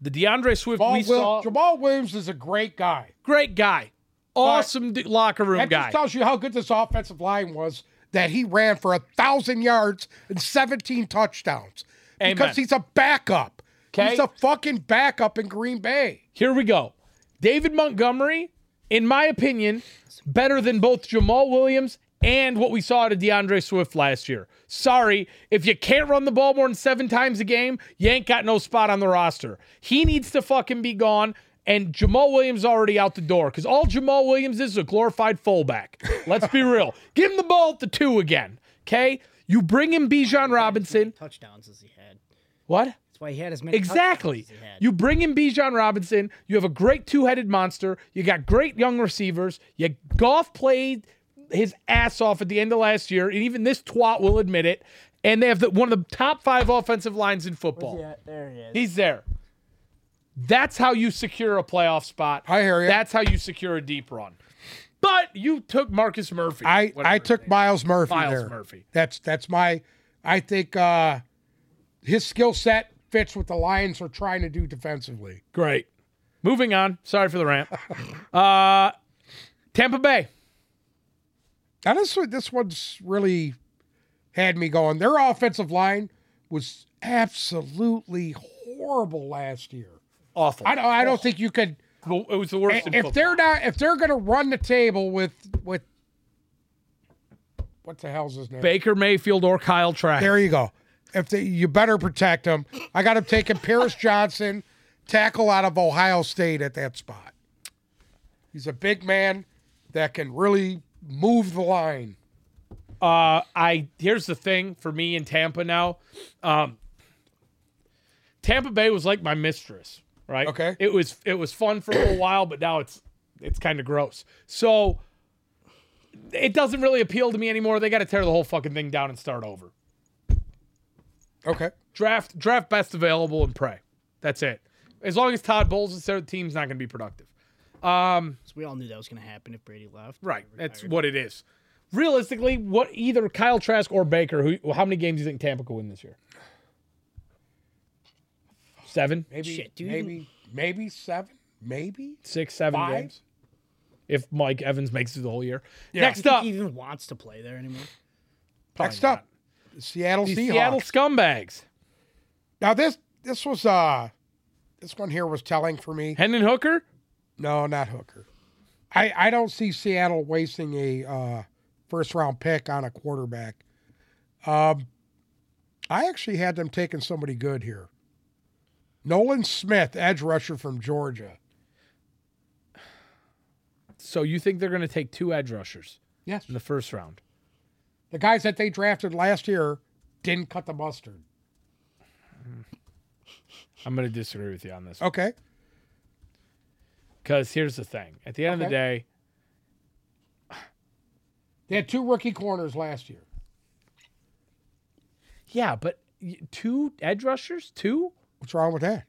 Speaker 1: the DeAndre Swift
Speaker 2: Jamal,
Speaker 1: we
Speaker 2: Wil-
Speaker 1: saw
Speaker 2: Jamal Williams is a great guy.
Speaker 1: great guy. Awesome d- locker room
Speaker 2: That
Speaker 1: guy.
Speaker 2: just tells you how good this offensive line was that he ran for a thousand yards and 17 touchdowns.
Speaker 1: Amen.
Speaker 2: Because he's a backup.
Speaker 1: Okay.
Speaker 2: He's a fucking backup in Green Bay.
Speaker 1: Here we go. David Montgomery, in my opinion, better than both Jamal Williams and what we saw out of DeAndre Swift last year. Sorry, if you can't run the ball more than seven times a game, you ain't got no spot on the roster. He needs to fucking be gone. And Jamal Williams already out the door because all Jamal Williams is is a glorified fullback. Let's be real. Give him the ball at the two again. Okay? You bring in Bijan Robinson.
Speaker 3: Touchdowns as he had.
Speaker 1: What?
Speaker 3: That's why he had as many.
Speaker 1: Exactly.
Speaker 3: touchdowns as he had.
Speaker 1: You bring in Bijan Robinson. You have a great two-headed monster. You got great young receivers. You golf played his ass off at the end of last year, and even this twat will admit it. And they have the, one of the top five offensive lines in football.
Speaker 3: Yeah, there he is.
Speaker 1: He's there. That's how you secure a playoff spot.
Speaker 2: I hear ya.
Speaker 1: That's how you secure a deep run. But you took Marcus Murphy.
Speaker 2: I,
Speaker 1: Whatever
Speaker 2: I
Speaker 1: his
Speaker 2: took Miles Murphy
Speaker 1: Miles
Speaker 2: there.
Speaker 1: Murphy.
Speaker 2: That's that's my I think uh, his skill set fits what the Lions are trying to do defensively.
Speaker 1: Great. Moving on. Sorry for the rant. (laughs) Uh, Tampa Bay.
Speaker 2: Now this one- this one's really had me going. Their offensive line was absolutely horrible last year.
Speaker 1: Awful.
Speaker 2: I don't I don't think you could
Speaker 1: Well, it was the worst. in
Speaker 2: if
Speaker 1: football.
Speaker 2: they're not if they're going to run the table with with what the hell's his name?
Speaker 1: Baker Mayfield or Kyle Trask,
Speaker 2: There you go. If they, you better protect him. I got him taking Paris Johnson, tackle out of Ohio State at that spot. He's a big man that can really move the line.
Speaker 1: uh, I here's the thing for me in Tampa now. Um, Tampa Bay was like my mistress, right?
Speaker 2: Okay.
Speaker 1: It was it was fun for a little while, but now it's it's kind of gross. So it doesn't really appeal to me anymore. They got to tear the whole fucking thing down and start over.
Speaker 2: Okay.
Speaker 1: Draft draft best available and pray. That's it. As long as Todd Bowles is there, the team's not going to be productive. Um,
Speaker 3: 'Cause we all knew that was going to happen if Brady left.
Speaker 1: right.
Speaker 3: They
Speaker 1: That's
Speaker 3: retired.
Speaker 1: what it is. Realistically, what either Kyle Trask or Baker, who how many games do you think Tampa could win this year? Seven,
Speaker 2: Maybe,
Speaker 3: Shit, do you
Speaker 2: maybe, maybe seven, maybe
Speaker 1: six, seven
Speaker 2: five.
Speaker 1: games. If Mike Evans makes it through the whole year. Next
Speaker 3: I think
Speaker 1: up,
Speaker 3: he even wants to play there anymore.
Speaker 2: Next up, Seattle
Speaker 1: the
Speaker 2: Seahawks.
Speaker 1: Seattle scumbags.
Speaker 2: Now this this was uh this one here was telling for me.
Speaker 1: Hendon Hooker,
Speaker 2: No, not Hooker. I I don't see Seattle wasting a uh, first round pick on a quarterback. Um, I actually had them taking somebody good here. Nolan Smith, edge rusher from Georgia.
Speaker 1: So you think they're going to take two edge rushers
Speaker 2: Yes,
Speaker 1: in the first round?
Speaker 2: the guys that they drafted last year didn't cut the mustard.
Speaker 1: I'm going to disagree with you on this
Speaker 2: Okay,
Speaker 1: because here's the thing: at the end of the day,
Speaker 2: they had two rookie corners last year.
Speaker 1: yeah, but y- two edge rushers, two.
Speaker 2: What's wrong with that?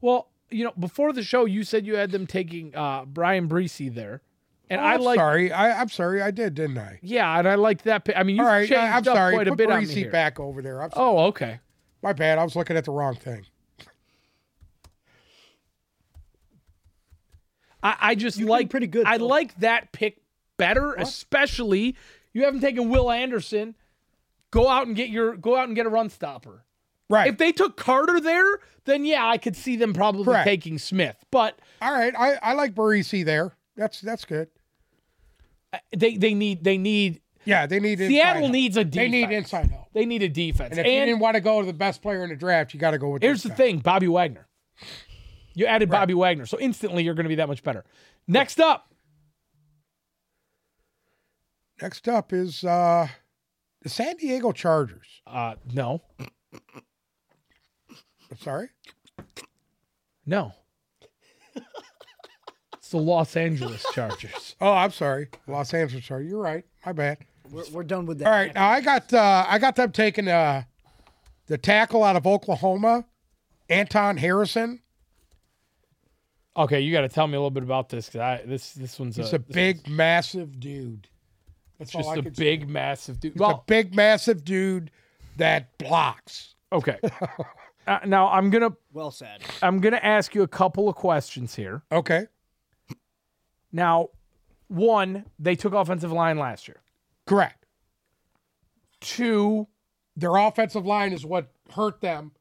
Speaker 1: Well, you know, before the show, you said you had them taking uh, Brian Breesy there, and I
Speaker 2: Oh, I'm
Speaker 1: like,
Speaker 2: sorry. I, I'm sorry. I did, didn't I?
Speaker 1: yeah, and I like that. Pick. I mean, you
Speaker 2: All right.
Speaker 1: changed
Speaker 2: I, am
Speaker 1: up
Speaker 2: sorry.
Speaker 1: quite
Speaker 2: Put
Speaker 1: a bit on me
Speaker 2: Parisi
Speaker 1: here.
Speaker 2: back over there. I'm,
Speaker 1: Oh, okay.
Speaker 2: My bad. I was looking at the wrong thing.
Speaker 1: I, I just
Speaker 3: You've been
Speaker 1: like
Speaker 3: pretty good,
Speaker 1: I
Speaker 3: though.
Speaker 1: like that pick better, especially you haven't taken Will Anderson. Go out and get your go out and get a run stopper.
Speaker 2: Right.
Speaker 1: If they took Carter there, then yeah, I could see them probably
Speaker 2: Correct.
Speaker 1: taking Smith. But
Speaker 2: All right. I, I like Barisi there. That's that's good.
Speaker 1: they they need they need
Speaker 2: Yeah, they need inside
Speaker 1: Seattle
Speaker 2: help.
Speaker 1: needs a defense.
Speaker 2: they need inside help.
Speaker 1: They need a defense.
Speaker 2: And if
Speaker 1: And,
Speaker 2: you didn't want to go to the best player in the draft, you got to go with.
Speaker 1: here's
Speaker 2: this
Speaker 1: the
Speaker 2: guy.
Speaker 1: thing, Bobby Wagner. You added Bobby Wagner, so instantly you're going to be that much better. Next up,
Speaker 2: Next up is uh, the San Diego Chargers.
Speaker 1: uh, no,
Speaker 2: I'm sorry.
Speaker 1: no. it's the Los Angeles Chargers.
Speaker 2: Oh, I'm sorry. Los Angeles. Sorry, you're right. My bad.
Speaker 3: We're, we're done with that.
Speaker 2: All right. Now I got uh, I got them taking uh, the tackle out of Oklahoma, Anton Harrison.
Speaker 1: Okay, you got to tell me a little bit about this because I this this one's
Speaker 2: He's
Speaker 1: a, Oh,
Speaker 2: a big, massive dude. That's all
Speaker 1: just
Speaker 2: I
Speaker 1: a
Speaker 2: can say.
Speaker 1: big massive dude.
Speaker 2: He's a
Speaker 1: Well, (laughs)
Speaker 2: big, massive dude that blocks.
Speaker 1: okay. Uh, now I'm gonna
Speaker 3: Well said.
Speaker 1: I'm gonna ask you a couple of questions here.
Speaker 2: Okay,
Speaker 1: Now, one, they took offensive line last year.
Speaker 2: correct.
Speaker 1: Two,
Speaker 2: Their offensive line is what hurt them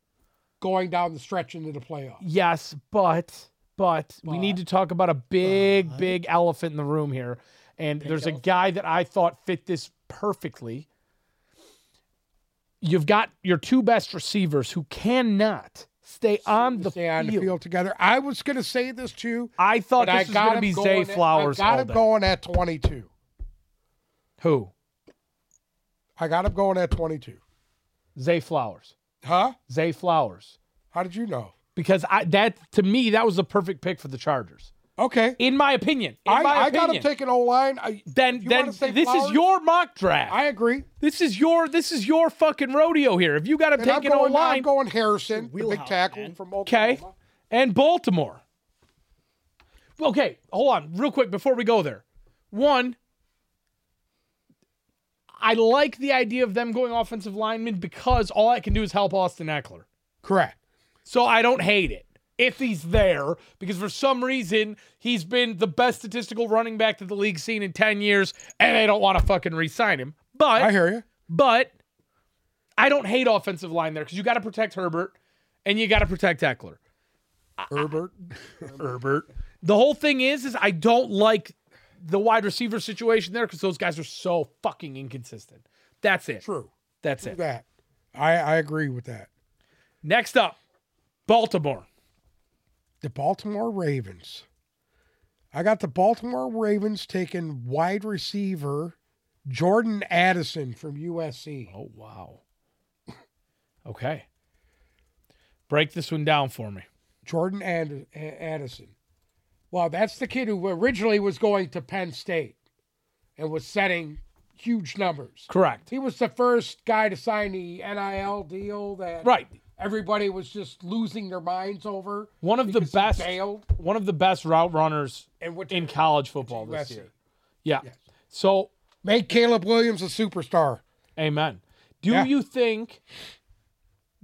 Speaker 2: going down the stretch into the playoffs.
Speaker 1: yes, but but we need to talk about a big big elephant in the room here, and there's a guy that I thought fit this perfectly. You've got your two best receivers who cannot stay on the,
Speaker 2: Stay on the
Speaker 1: field.
Speaker 2: field together. I was going to say this too,
Speaker 1: I thought
Speaker 2: but I
Speaker 1: this was going
Speaker 2: got
Speaker 1: to
Speaker 2: him
Speaker 1: be
Speaker 2: going.
Speaker 1: Zay
Speaker 2: at-
Speaker 1: Flowers
Speaker 2: I got
Speaker 1: all
Speaker 2: him
Speaker 1: day.
Speaker 2: going at twenty-two.
Speaker 1: Who?
Speaker 2: I got him going at twenty-two.
Speaker 1: Zay Flowers.
Speaker 2: Huh?
Speaker 1: Zay Flowers.
Speaker 2: How did you know?
Speaker 1: Because I that to me that was the perfect pick for the Chargers,
Speaker 2: Okay,
Speaker 1: in my opinion. In
Speaker 2: I,
Speaker 1: my
Speaker 2: I
Speaker 1: opinion.
Speaker 2: got him taking O line. I,
Speaker 1: then
Speaker 2: you
Speaker 1: then
Speaker 2: wanna say
Speaker 1: this
Speaker 2: Flowers?
Speaker 1: is your mock draft.
Speaker 2: I agree.
Speaker 1: this is your this is your fucking rodeo here. If you got him
Speaker 2: And I'm
Speaker 1: taking
Speaker 2: going. I'm
Speaker 1: line,
Speaker 2: going Harrison, the big
Speaker 3: wheelhouse,
Speaker 2: tackle
Speaker 3: man.
Speaker 2: from Oklahoma.
Speaker 1: okay, and Baltimore. Okay, hold on, real quick before we go there. One, I like the idea of them going offensive lineman because all I can do is help Austin Eckler.
Speaker 2: Correct.
Speaker 1: So I don't hate it if he's there because for some reason he's been the best statistical running back that the league's seen in 10 years and they don't want to fucking re-sign him. But
Speaker 2: I hear you.
Speaker 1: but I don't hate offensive line there because you got to protect Herbert and you got to protect Eckler.
Speaker 2: Herbert.
Speaker 1: Herbert. The whole thing is is I don't like the wide receiver situation there because those guys are so fucking inconsistent. That's it.
Speaker 2: True.
Speaker 1: That's it.
Speaker 2: That. I, I agree with that.
Speaker 1: Next up, Baltimore.
Speaker 2: The Baltimore Ravens. I got the Baltimore Ravens taking wide receiver Jordan Addison from USC.
Speaker 1: Oh wow. Okay. Break this one down for me.
Speaker 2: Jordan Add- A- Addison. Well, that's the kid who originally was going to Penn State and was setting huge numbers.
Speaker 1: Correct.
Speaker 2: He was the first guy to sign the NIL deal that
Speaker 1: Right.
Speaker 2: everybody was just losing their minds over.
Speaker 1: One of the
Speaker 2: because he
Speaker 1: best
Speaker 2: bailed
Speaker 1: one of the best route runners
Speaker 2: and what
Speaker 1: in college football this
Speaker 2: USC.
Speaker 1: year. Yeah. So,
Speaker 2: Make Caleb Williams a superstar.
Speaker 1: amen. Do
Speaker 2: Yeah.
Speaker 1: you think?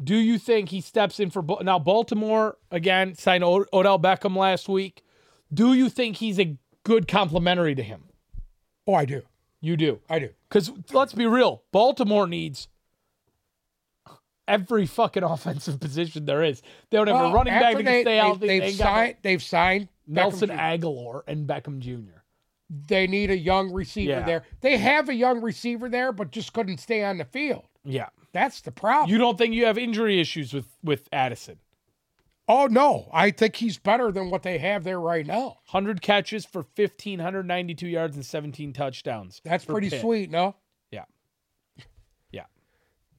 Speaker 1: Do you think he steps in for Bal- now? Baltimore again signed o- Odell Beckham last week. Do you think he's a good complementary to him?
Speaker 2: Oh, I do.
Speaker 1: You do,
Speaker 2: I do.
Speaker 1: because let's be real. Baltimore needs every fucking offensive (laughs) position there is. They don't have
Speaker 2: Well,
Speaker 1: a running back
Speaker 2: after
Speaker 1: that can stay healthy. They,
Speaker 2: They've,
Speaker 1: ain't got no-
Speaker 2: signed, they've signed Beckham
Speaker 1: Nelson
Speaker 2: Jr.
Speaker 1: Aguilar and Beckham Jr.
Speaker 2: They need a young receiver
Speaker 1: Yeah.
Speaker 2: there. They have a young receiver there, but just couldn't stay on the field.
Speaker 1: Yeah.
Speaker 2: That's the problem.
Speaker 1: You don't think you have injury issues with with Addison?
Speaker 2: oh, no. I think he's better than what they have there right now.
Speaker 1: 100 catches for 1592 yards and 17 touchdowns.
Speaker 2: That's
Speaker 1: for
Speaker 2: pretty
Speaker 1: Pitt
Speaker 2: sweet, no?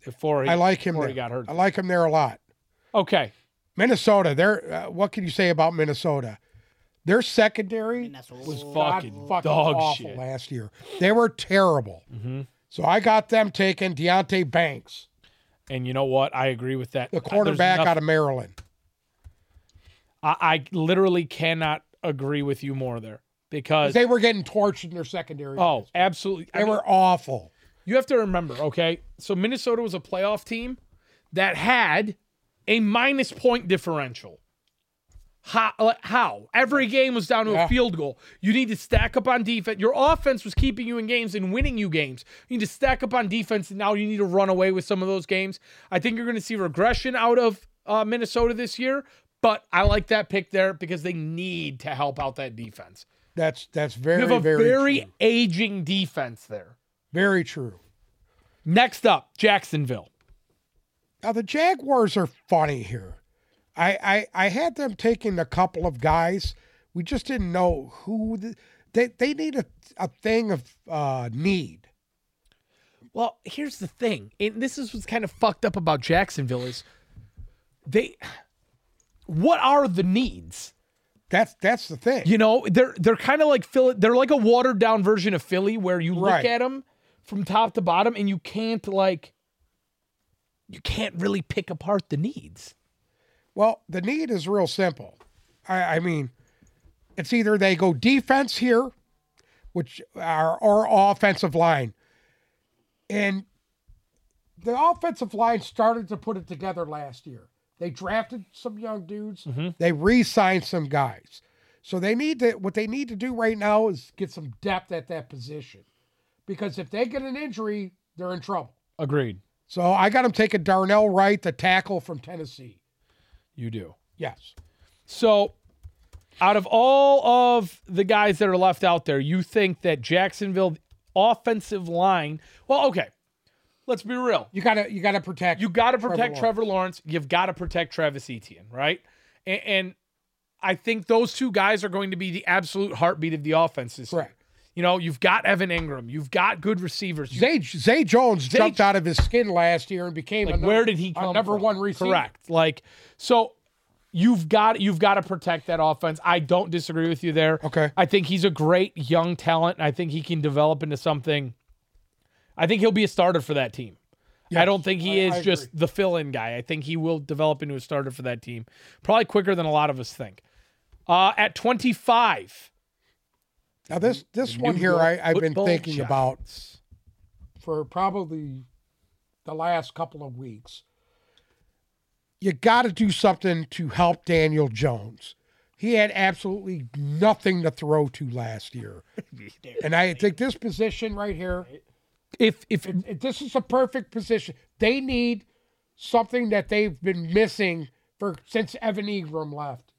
Speaker 1: Before he,
Speaker 2: I like him
Speaker 1: before
Speaker 2: there.
Speaker 1: he got hurt.
Speaker 2: I like him there a lot.
Speaker 1: Okay.
Speaker 2: Minnesota, they're, uh, what can you say about Minnesota? Their secondary
Speaker 3: And that's what
Speaker 1: Was fuck-
Speaker 3: we'll-
Speaker 2: god
Speaker 1: Fucking
Speaker 2: fucking
Speaker 1: dog
Speaker 2: awful
Speaker 1: shit. Mm-hmm.
Speaker 2: last year. They were terrible. So I got them taking Deontay Banks,
Speaker 1: And you know what? I agree with that.
Speaker 2: the quarterback
Speaker 1: Uh, There's
Speaker 2: out of Maryland.
Speaker 1: noth- I, I literally cannot agree with you more there because
Speaker 2: They were getting torched in their secondary.
Speaker 1: oh, absolutely. I
Speaker 2: they
Speaker 1: mean,
Speaker 2: were awful.
Speaker 1: you have to remember, okay? So Minnesota was a playoff team that had a minus point differential. How? like, how? Every game was down to
Speaker 2: Yeah.
Speaker 1: a field goal. You need to stack up on defense. Your offense was keeping you in games and winning you games. You need to stack up on defense, and now you need to run away with some of those games. I think you're going to see regression out of uh, Minnesota this year, but I like that pick there because they need to help out that defense.
Speaker 2: That's that's very
Speaker 1: You have a
Speaker 2: very
Speaker 1: very
Speaker 2: true.
Speaker 1: aging defense there.
Speaker 2: very true.
Speaker 1: Next up, Jacksonville.
Speaker 2: Now the Jaguars are funny here. I I, I had them taking a couple of guys. We just didn't know who the, they they need a, a thing of uh, need.
Speaker 1: Well, here's the thing, and this is what's kind of fucked up about Jacksonville is they. What are the needs?
Speaker 2: That's that's the thing.
Speaker 1: You know, they're they're kind of like Philly. They're like a watered down version of Philly, where you look
Speaker 2: Right.
Speaker 1: at them from top to bottom, and you can't like. You can't really pick apart the needs.
Speaker 2: Well, the need is real simple. I, I mean, it's either they go defense here, which are or offensive line, and the offensive line started to put it together last year. They drafted some young dudes. They re-signed some guys. So they need to what they need to do right now is get some depth at that position, because if they get an injury, they're in trouble.
Speaker 1: Agreed.
Speaker 2: So I got them taking Darnell Wright, the tackle from Tennessee.
Speaker 1: You do.
Speaker 2: Yes.
Speaker 1: So, out of all of the guys that are left out there, you think that Jacksonville offensive line? Well, okay. Let's be real.
Speaker 2: You gotta you gotta protect.
Speaker 1: You got to protect
Speaker 2: Lawrence.
Speaker 1: Trevor Lawrence. You've got to protect Travis Etienne, right? And, and I think those two guys are going to be the absolute heartbeat of the offense this year.
Speaker 2: Correct.
Speaker 1: You know, you've got Evan Ingram. You've got good receivers. You-
Speaker 2: Zay Zay Jones jumped out of his skin last year and became
Speaker 1: like,
Speaker 2: a num-
Speaker 1: where did he
Speaker 2: a
Speaker 1: come
Speaker 2: number
Speaker 1: from?
Speaker 2: one receiver.
Speaker 1: Correct. Like, so you've got you've got to protect that offense. I don't disagree with you there.
Speaker 2: Okay.
Speaker 1: I think he's a great young talent. and I think he can develop into something. I think he'll be a starter for that team. I don't think he
Speaker 2: I-
Speaker 1: is
Speaker 2: I
Speaker 1: just
Speaker 2: agree.
Speaker 1: the fill in guy. I think he will develop into a starter for that team, probably quicker than a lot of us think. Uh, at 25,
Speaker 2: Now this this one
Speaker 1: New
Speaker 2: here
Speaker 1: York
Speaker 2: I, I've been
Speaker 1: Football
Speaker 2: thinking
Speaker 1: Giants.
Speaker 2: about for probably the last couple of weeks. You got to do something to help Daniel Jones. He had absolutely nothing to throw to
Speaker 1: (laughs)
Speaker 2: last year, and I think this position right here,
Speaker 1: If if
Speaker 2: it- this is a perfect position. They need something that they've been missing for since Evan Ingram left.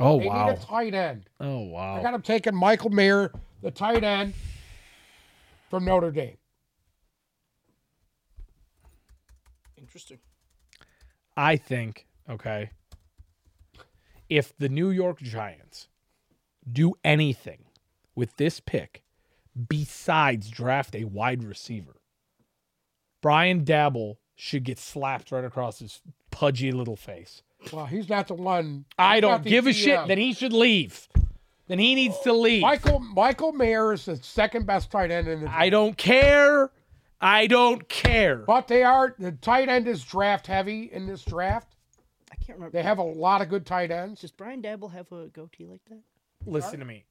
Speaker 1: oh
Speaker 2: They
Speaker 1: wow
Speaker 2: need a tight end.
Speaker 1: oh
Speaker 2: I
Speaker 1: wow
Speaker 2: got him taking Michael Mayer, the tight end from Notre Dame.
Speaker 3: Interesting.
Speaker 1: I think okay. If the New York Giants do anything with this pick besides draft a wide receiver, Brian Dabble should get slapped right across his pudgy little face.
Speaker 2: Well, he's not the one.
Speaker 1: I
Speaker 2: he's
Speaker 1: don't
Speaker 2: not the
Speaker 1: give a
Speaker 2: GM.
Speaker 1: shit. Then he should leave. Then he needs to leave.
Speaker 2: Michael Michael Mayer is the second best tight end in the.
Speaker 1: I don't care. I don't care.
Speaker 2: but they are the tight end is draft heavy in this draft.
Speaker 3: can't remember.
Speaker 2: They have a lot of good tight ends.
Speaker 3: Does Brian Dabble have a goatee like that?
Speaker 1: Listen to me.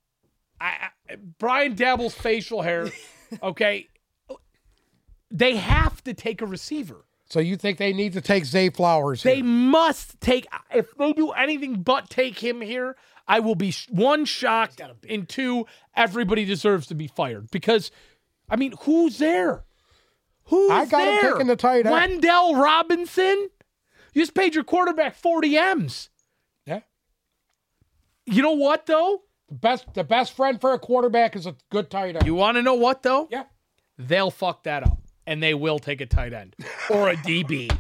Speaker 1: I, I Brian Dabble's facial hair, okay. They have to take a receiver.
Speaker 2: So you think they need to take Zay Flowers?
Speaker 1: They
Speaker 2: here?
Speaker 1: must take. If they do anything but take him here, I will be sh- one shocked, and two, everybody deserves to be fired because, I mean, who's there? Who's
Speaker 2: I got him
Speaker 1: there?
Speaker 2: taking the tight end.
Speaker 1: Wendell Robinson. You just paid your quarterback forty m's.
Speaker 2: Yeah.
Speaker 1: You know what though?
Speaker 2: The best the best friend for a quarterback is a good tight end.
Speaker 1: You want to know what though?
Speaker 2: yeah.
Speaker 1: they'll fuck that up and they will take a tight end or a DB.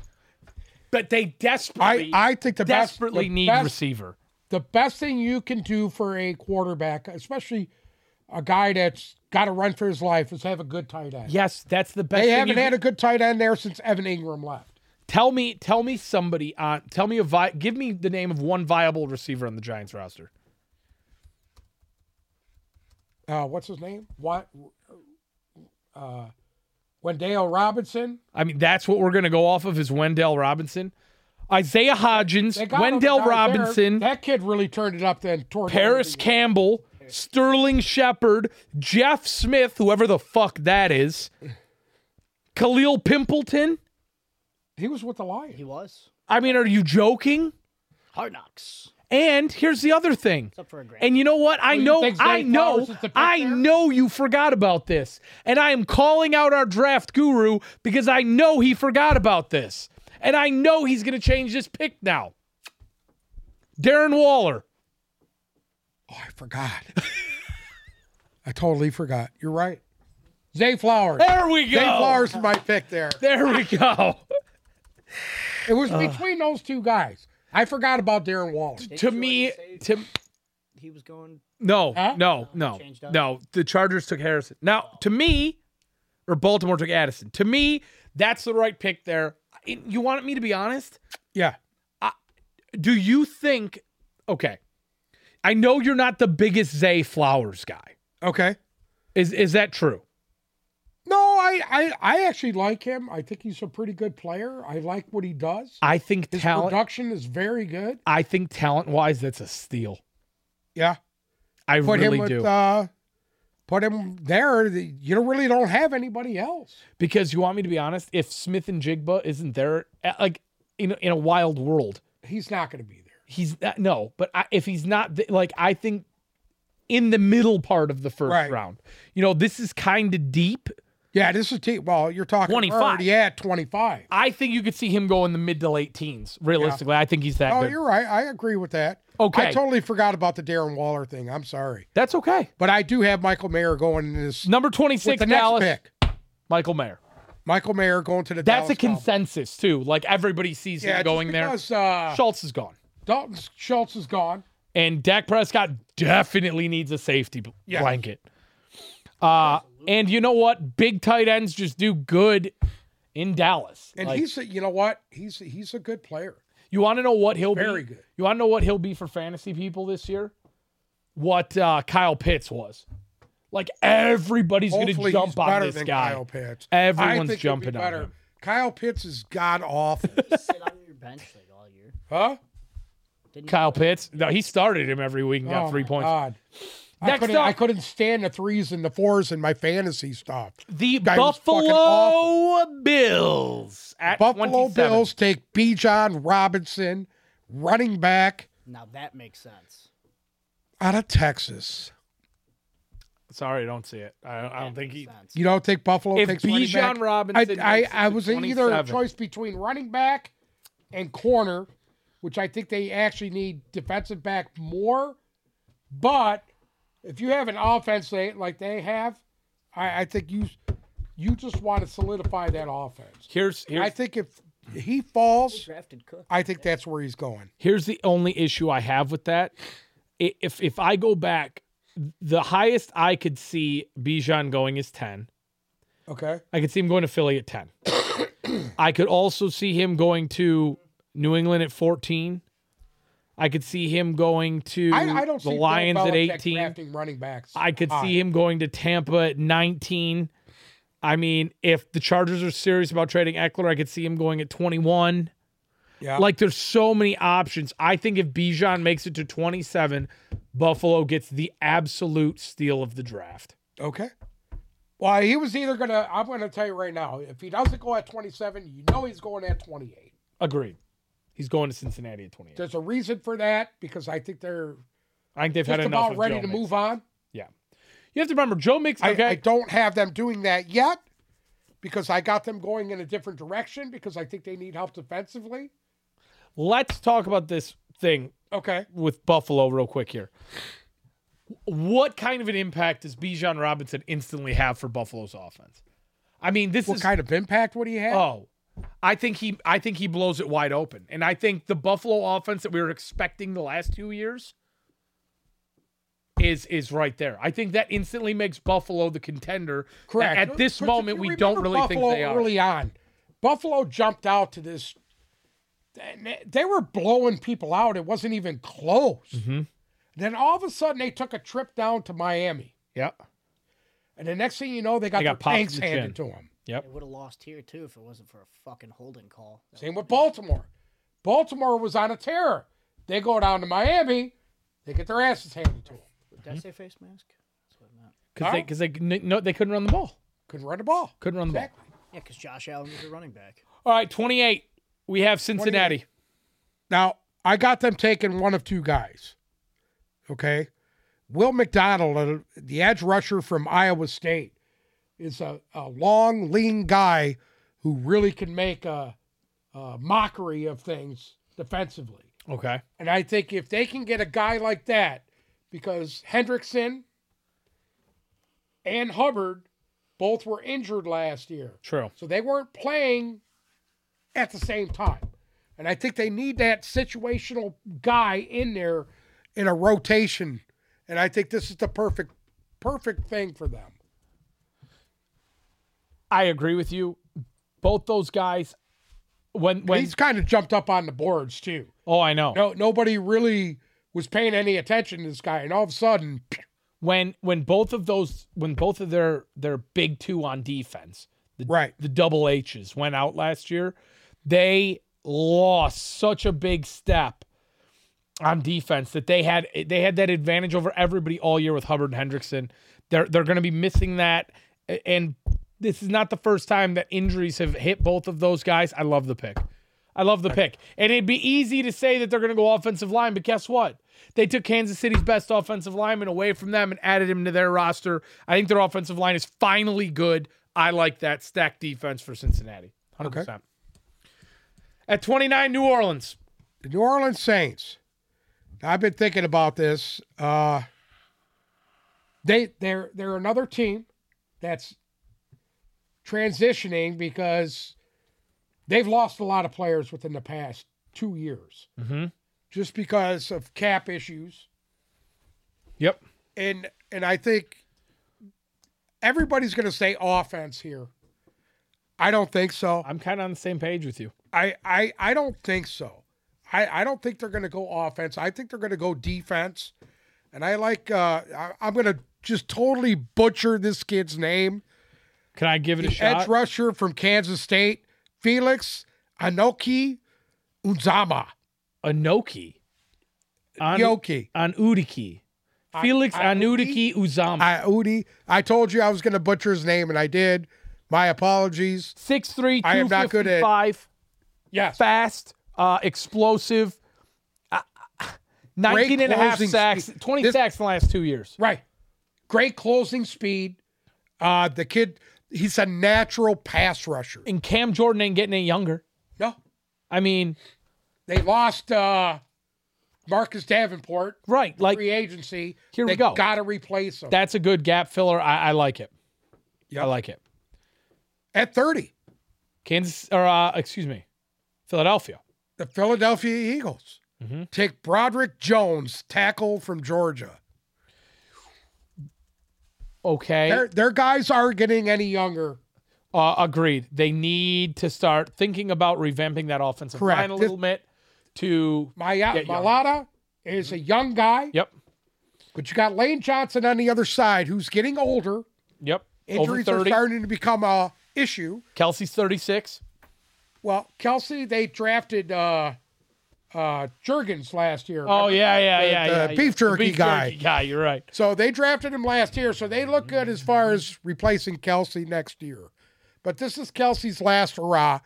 Speaker 1: But they
Speaker 2: I,
Speaker 1: desperately,
Speaker 2: I think the best-
Speaker 1: desperately
Speaker 2: the
Speaker 1: need
Speaker 2: best,
Speaker 1: receiver.
Speaker 2: the best thing you can do for a quarterback, especially a guy that's got to run for his life, is have a good tight end.
Speaker 1: Yes, that's the best.
Speaker 2: they
Speaker 1: thing
Speaker 2: haven't
Speaker 1: you
Speaker 2: had
Speaker 1: can-
Speaker 2: a good tight end there since Evan Ingram left.
Speaker 1: tell me, tell me somebody on. Tell me a vi- Give me the name of one viable receiver on the Giants roster.
Speaker 2: Uh, what's his name? What? Uh, Wendell Robinson.
Speaker 1: I mean, that's what we're going to go off of is Wendell Robinson, Isaiah Hodgins,
Speaker 2: They got him
Speaker 1: Wendell
Speaker 2: down there.
Speaker 1: Robinson,
Speaker 2: That kid really turned it up then. Toward the end of the
Speaker 1: Paris
Speaker 2: year.
Speaker 1: Campbell, Sterling Shepard, Jeff Smith, whoever the fuck that is, Khalil Pimpleton.
Speaker 2: He was with the Lions.
Speaker 3: He was.
Speaker 1: I mean, are you joking?
Speaker 3: Hard knocks.
Speaker 1: And here's the other thing.
Speaker 3: It's up for a grab.
Speaker 1: And you know what? I
Speaker 2: you
Speaker 1: know,
Speaker 2: think Zay
Speaker 1: I know,
Speaker 2: Flowers is the pick
Speaker 1: I
Speaker 2: there?
Speaker 1: know you forgot about this. And I am calling out our draft guru because I know he forgot about this. And I know he's going to change his pick now. Darren Waller.
Speaker 2: Oh, I (laughs) forgot. I totally forgot. You're right. Zay Flowers.
Speaker 1: There we go.
Speaker 2: Zay Flowers is my pick there.
Speaker 1: There we
Speaker 2: (laughs)
Speaker 1: go.
Speaker 2: It was between those two guys. I forgot about Darren Waller.
Speaker 1: to me, to
Speaker 3: He was going.
Speaker 1: no,
Speaker 2: Huh?
Speaker 1: no, no,
Speaker 3: changed up.
Speaker 1: no. The Chargers took Harrison. Now, to me, or Baltimore took Addison. To me, that's the right pick there. You want me to be honest?
Speaker 2: Yeah.
Speaker 1: do you think okay i know you're not the biggest zay flowers guy
Speaker 2: Okay.
Speaker 1: is is that true
Speaker 2: No, I, I I actually like him. I think he's a pretty good player. I like what he does.
Speaker 1: i think
Speaker 2: His
Speaker 1: talent
Speaker 2: production is very good.
Speaker 1: i think talent wise that's a steal
Speaker 2: Yeah.
Speaker 1: i
Speaker 2: Put
Speaker 1: really
Speaker 2: him with
Speaker 1: do
Speaker 2: uh put him there. You really don't have anybody else.
Speaker 1: because you want me to be honest if smith and jigba isn't there uh, like in, in a wild world
Speaker 2: He's not gonna be there.
Speaker 1: he's uh, no but I, if he's not th- like i think in the middle part of the first
Speaker 2: Right.
Speaker 1: round you know this is kind of deep
Speaker 2: Yeah, this is te- well, you're talking
Speaker 1: 25.
Speaker 2: Yeah, twenty five.
Speaker 1: i think you could see him go in the mid to late teens realistically i think he's that
Speaker 2: Oh,
Speaker 1: good
Speaker 2: you're right. I agree with that.
Speaker 1: Okay.
Speaker 2: I totally forgot about the Darren Waller thing. I'm sorry.
Speaker 1: that's okay
Speaker 2: But I do have Michael Mayer going in this
Speaker 1: number
Speaker 2: with
Speaker 1: 26
Speaker 2: the
Speaker 1: dallas
Speaker 2: next pick.
Speaker 1: Michael Mayer.
Speaker 2: Michael Mayer going to the
Speaker 1: That's
Speaker 2: Dallas
Speaker 1: a consensus too. Like everybody sees
Speaker 2: Cowboys. Yeah,
Speaker 1: him going
Speaker 2: just
Speaker 1: there.
Speaker 2: because, Uh,
Speaker 1: Schultz is gone,
Speaker 2: Dalton Schultz is gone.
Speaker 1: and Dak Prescott definitely needs a safety bl-
Speaker 2: Yes.
Speaker 1: blanket. Uh, and you know what? Big tight ends just do good in Dallas.
Speaker 2: And
Speaker 1: Like,
Speaker 2: he's a, you know what? He's he's a good player.
Speaker 1: you want to know what he'll
Speaker 2: very
Speaker 1: be?
Speaker 2: good.
Speaker 1: You want to know what he'll be for fantasy people this year? What uh, Kyle Pitts was. Like everybody's going to
Speaker 2: Hopefully he's
Speaker 1: jump on
Speaker 2: better
Speaker 1: this
Speaker 2: than
Speaker 1: guy.
Speaker 2: Kyle Pitts. I think
Speaker 1: Everyone's
Speaker 2: he'll be
Speaker 1: jumping on
Speaker 2: better.
Speaker 1: him.
Speaker 2: Kyle Pitts is god
Speaker 1: (laughs)
Speaker 2: awful.
Speaker 3: sit on your bench like all year.
Speaker 2: huh?
Speaker 3: Didn't
Speaker 1: Kyle Pitts. No, he started him every week and got
Speaker 2: Oh,
Speaker 1: three
Speaker 2: my
Speaker 1: points.
Speaker 2: God. I
Speaker 1: Next
Speaker 2: couldn't,
Speaker 1: up-
Speaker 2: I couldn't stand the threes and the fours in my fantasy stuff.
Speaker 1: The
Speaker 2: guy was fucking
Speaker 1: Buffalo Bills at
Speaker 2: Buffalo
Speaker 1: 27.
Speaker 2: Bills take B. John Robinson, running back
Speaker 3: Now that makes sense.
Speaker 2: out of Texas.
Speaker 1: Sorry, I don't see it. I, I don't
Speaker 3: That
Speaker 1: think he.
Speaker 3: makes sense.
Speaker 2: You don't think Buffalo
Speaker 1: If
Speaker 2: takes running
Speaker 1: Bijan
Speaker 2: back?
Speaker 1: Robinson
Speaker 2: I,
Speaker 1: makes it
Speaker 2: I, I
Speaker 1: to
Speaker 2: was either a
Speaker 1: 27.
Speaker 2: choice between running back and corner, which I think they actually need defensive back more. But if you have an offense they, like they have, I, I think you you just want to solidify that offense.
Speaker 1: Here's here's
Speaker 2: I think if he falls,
Speaker 3: drafted Cook.
Speaker 2: I think that's where he's going.
Speaker 1: here's the only issue I have with that. I- If if I go back, the highest I could see Bijan going is ten.
Speaker 2: Okay.
Speaker 1: I could see him going to Philly at ten. (coughs) I could also see him going to New England at fourteen. I could see him going to
Speaker 2: I, I don't
Speaker 1: the
Speaker 2: see Bill
Speaker 1: Lions at
Speaker 2: Belichick
Speaker 1: eighteen.
Speaker 2: drafting running backs.
Speaker 1: I could
Speaker 2: high.
Speaker 1: see him going to Tampa at 19. I mean, if the Chargers are serious about trading Eckler, I could see him going at 21.
Speaker 2: Yeah.
Speaker 1: Like there's so many options. I think if Bijan makes it to 27, Buffalo gets the absolute steal of the draft.
Speaker 2: Okay. Well, he was either gonna. I'm gonna tell you right now. If he doesn't go at 27, you know he's going at 28.
Speaker 1: Agreed. He's going to Cincinnati at 28.
Speaker 2: There's a reason for that because I think they're
Speaker 1: I think they've had
Speaker 2: just
Speaker 1: enough.
Speaker 2: about
Speaker 1: of
Speaker 2: ready
Speaker 1: Joe
Speaker 2: to
Speaker 1: Mixon.
Speaker 2: move on.
Speaker 1: You have to remember Joe Mixon.
Speaker 2: I,
Speaker 1: Okay,
Speaker 2: I don't have them doing that yet because I got them going in a different direction because I think they need help defensively.
Speaker 1: let's talk about this thing
Speaker 2: Okay.
Speaker 1: with Buffalo real quick here. What kind of an impact does Bijan Robinson instantly have for Buffalo's offense? I mean, this
Speaker 2: What
Speaker 1: is
Speaker 2: kind of impact would he have?
Speaker 1: oh, I think he I think he blows it wide open, and I think the Buffalo offense that we were expecting the last two years is is right there. I think that instantly makes Buffalo the contender. that
Speaker 2: Correct.
Speaker 1: At this
Speaker 2: Because if
Speaker 1: moment,
Speaker 2: you
Speaker 1: we don't
Speaker 2: remember
Speaker 1: really
Speaker 2: Buffalo
Speaker 1: think they are.
Speaker 2: Early on, Buffalo jumped out to this. they- They were blowing people out. It wasn't even close.
Speaker 1: Mhm.
Speaker 2: Then all of a sudden, they took a trip down to Miami,
Speaker 1: Yep.
Speaker 2: and the next thing you know, they got
Speaker 1: They got
Speaker 2: their
Speaker 1: popped in
Speaker 2: tanks
Speaker 1: the chin.
Speaker 2: handed to them.
Speaker 3: They would have lost here too if it wasn't for a fucking holding call. That
Speaker 2: Same with Baltimore. Baltimore was on a tear. They go down to Miami, they get their asses handed to them.
Speaker 3: was- Did I say face mask? That's what I meant.
Speaker 1: Because they,
Speaker 2: Huh?
Speaker 1: 'cause they kn- no, they couldn't run the ball.
Speaker 2: Couldn't run the ball.
Speaker 1: Couldn't run the ball.
Speaker 2: Exactly.
Speaker 3: Yeah, because Josh Allen was a running back.
Speaker 1: All right, 28. We have Cincinnati.
Speaker 2: Now, I got them taking one of two guys. Okay. Will McDonald, uh, the edge rusher from Iowa State, is a, a long, lean guy who really can make a, a mockery of things defensively.
Speaker 1: Okay.
Speaker 2: And I think if they can get a guy like that, because Hendrickson and Hubbard both were injured last year.
Speaker 1: True.
Speaker 2: So they weren't playing at the same time. And I think they need that situational guy in there in a rotation. And I think this is the perfect, perfect thing for them.
Speaker 1: I agree with you. Both those guys when when
Speaker 2: He's kind of jumped up on the boards too.
Speaker 1: Oh, I know.
Speaker 2: No, nobody really was paying any attention to this guy, and all of a sudden,
Speaker 1: When when both of those when both of their their big two on defense, the
Speaker 2: right?
Speaker 1: the double H's went out last year, they lost such a big step on defense that they had they had that advantage over everybody all year with Hubbard and Hendrickson. They're they're going to be missing that, A- and this is not the first time that injuries have hit both of those guys. I love the pick. I love the pick, and it'd be easy to say that they're going to go offensive line, but guess what? They took Kansas City's best offensive lineman away from them and added him to their roster. I think their offensive line is finally good. I like that stacked defense for Cincinnati. 100%. At 29, New Orleans.
Speaker 2: the New Orleans Saints. I've been thinking about this. Uh, they they're they're another team that's transitioning because they've lost a lot of players within the past two years,
Speaker 1: Mhm.
Speaker 2: just because of cap issues
Speaker 1: Yep.
Speaker 2: and and I think everybody's going to say offense here. I don't think so.
Speaker 1: I'm kind of on the same page with you.
Speaker 2: I, I, I don't think so. I, I don't think they're going to go offense. I think they're going to go defense. And I like, uh, I, I'm going to just totally butcher this kid's name.
Speaker 1: Can I give it a
Speaker 2: Edge
Speaker 1: shot?
Speaker 2: rusher from Kansas State, Felix Anoki Uzama.
Speaker 1: Anoki. On,
Speaker 2: Yoki.
Speaker 1: on Udiki. Felix
Speaker 2: I-
Speaker 1: Anudiki Uzama.
Speaker 2: I, Udi. I told you I was going to butcher his name, and I did. My apologies.
Speaker 1: Six three
Speaker 2: I
Speaker 1: two
Speaker 2: am not good
Speaker 1: fifty
Speaker 2: at-
Speaker 1: five.
Speaker 2: Yes.
Speaker 1: Fast, uh, explosive. Uh, 19 and a half
Speaker 2: closing
Speaker 1: sacks,
Speaker 2: speed.
Speaker 1: 20
Speaker 2: This-
Speaker 1: sacks in the last two years.
Speaker 2: Right. Great closing speed. Uh, the kid, he's a natural pass rusher.
Speaker 1: And Cam Jordan ain't getting any younger.
Speaker 2: No,
Speaker 1: I mean,
Speaker 2: They lost uh, Marcus Davenport,
Speaker 1: right. Like,
Speaker 2: free agency.
Speaker 1: Here we
Speaker 2: they
Speaker 1: go.
Speaker 2: Got to replace him
Speaker 1: that's a good gap filler. I, I like it.
Speaker 2: Yep.
Speaker 1: I like it.
Speaker 2: at 30.
Speaker 1: Kansas or uh, excuse me, Philadelphia.
Speaker 2: The Philadelphia Eagles
Speaker 1: Mhm.
Speaker 2: take Broderick Jones, tackle from Georgia.
Speaker 1: Okay,
Speaker 2: Their, their guys aren't getting any younger.
Speaker 1: uh, agreed. They need to start thinking about revamping that offensive
Speaker 2: Correct.
Speaker 1: line a
Speaker 2: This-
Speaker 1: little bit. To
Speaker 2: Maya,
Speaker 1: Get younger.
Speaker 2: uh,
Speaker 1: Mm-hmm.
Speaker 2: Malata is a young guy,
Speaker 1: yep,
Speaker 2: but you got Lane Johnson on the other side who's getting older.
Speaker 1: yep. Over
Speaker 2: Injuries are
Speaker 1: thirty.
Speaker 2: starting to become a issue.
Speaker 1: Kelsey's thirty-six.
Speaker 2: Well, Kelsey, they drafted uh, uh, Jurgens last year.
Speaker 1: Oh yeah, yeah,
Speaker 2: The-
Speaker 1: yeah.
Speaker 2: the
Speaker 1: yeah, yeah.
Speaker 2: beef jerky guy.
Speaker 1: guy. You're right.
Speaker 2: So they drafted him last year, so they look good as far as replacing Kelsey next year. But this is Kelsey's last hurrah,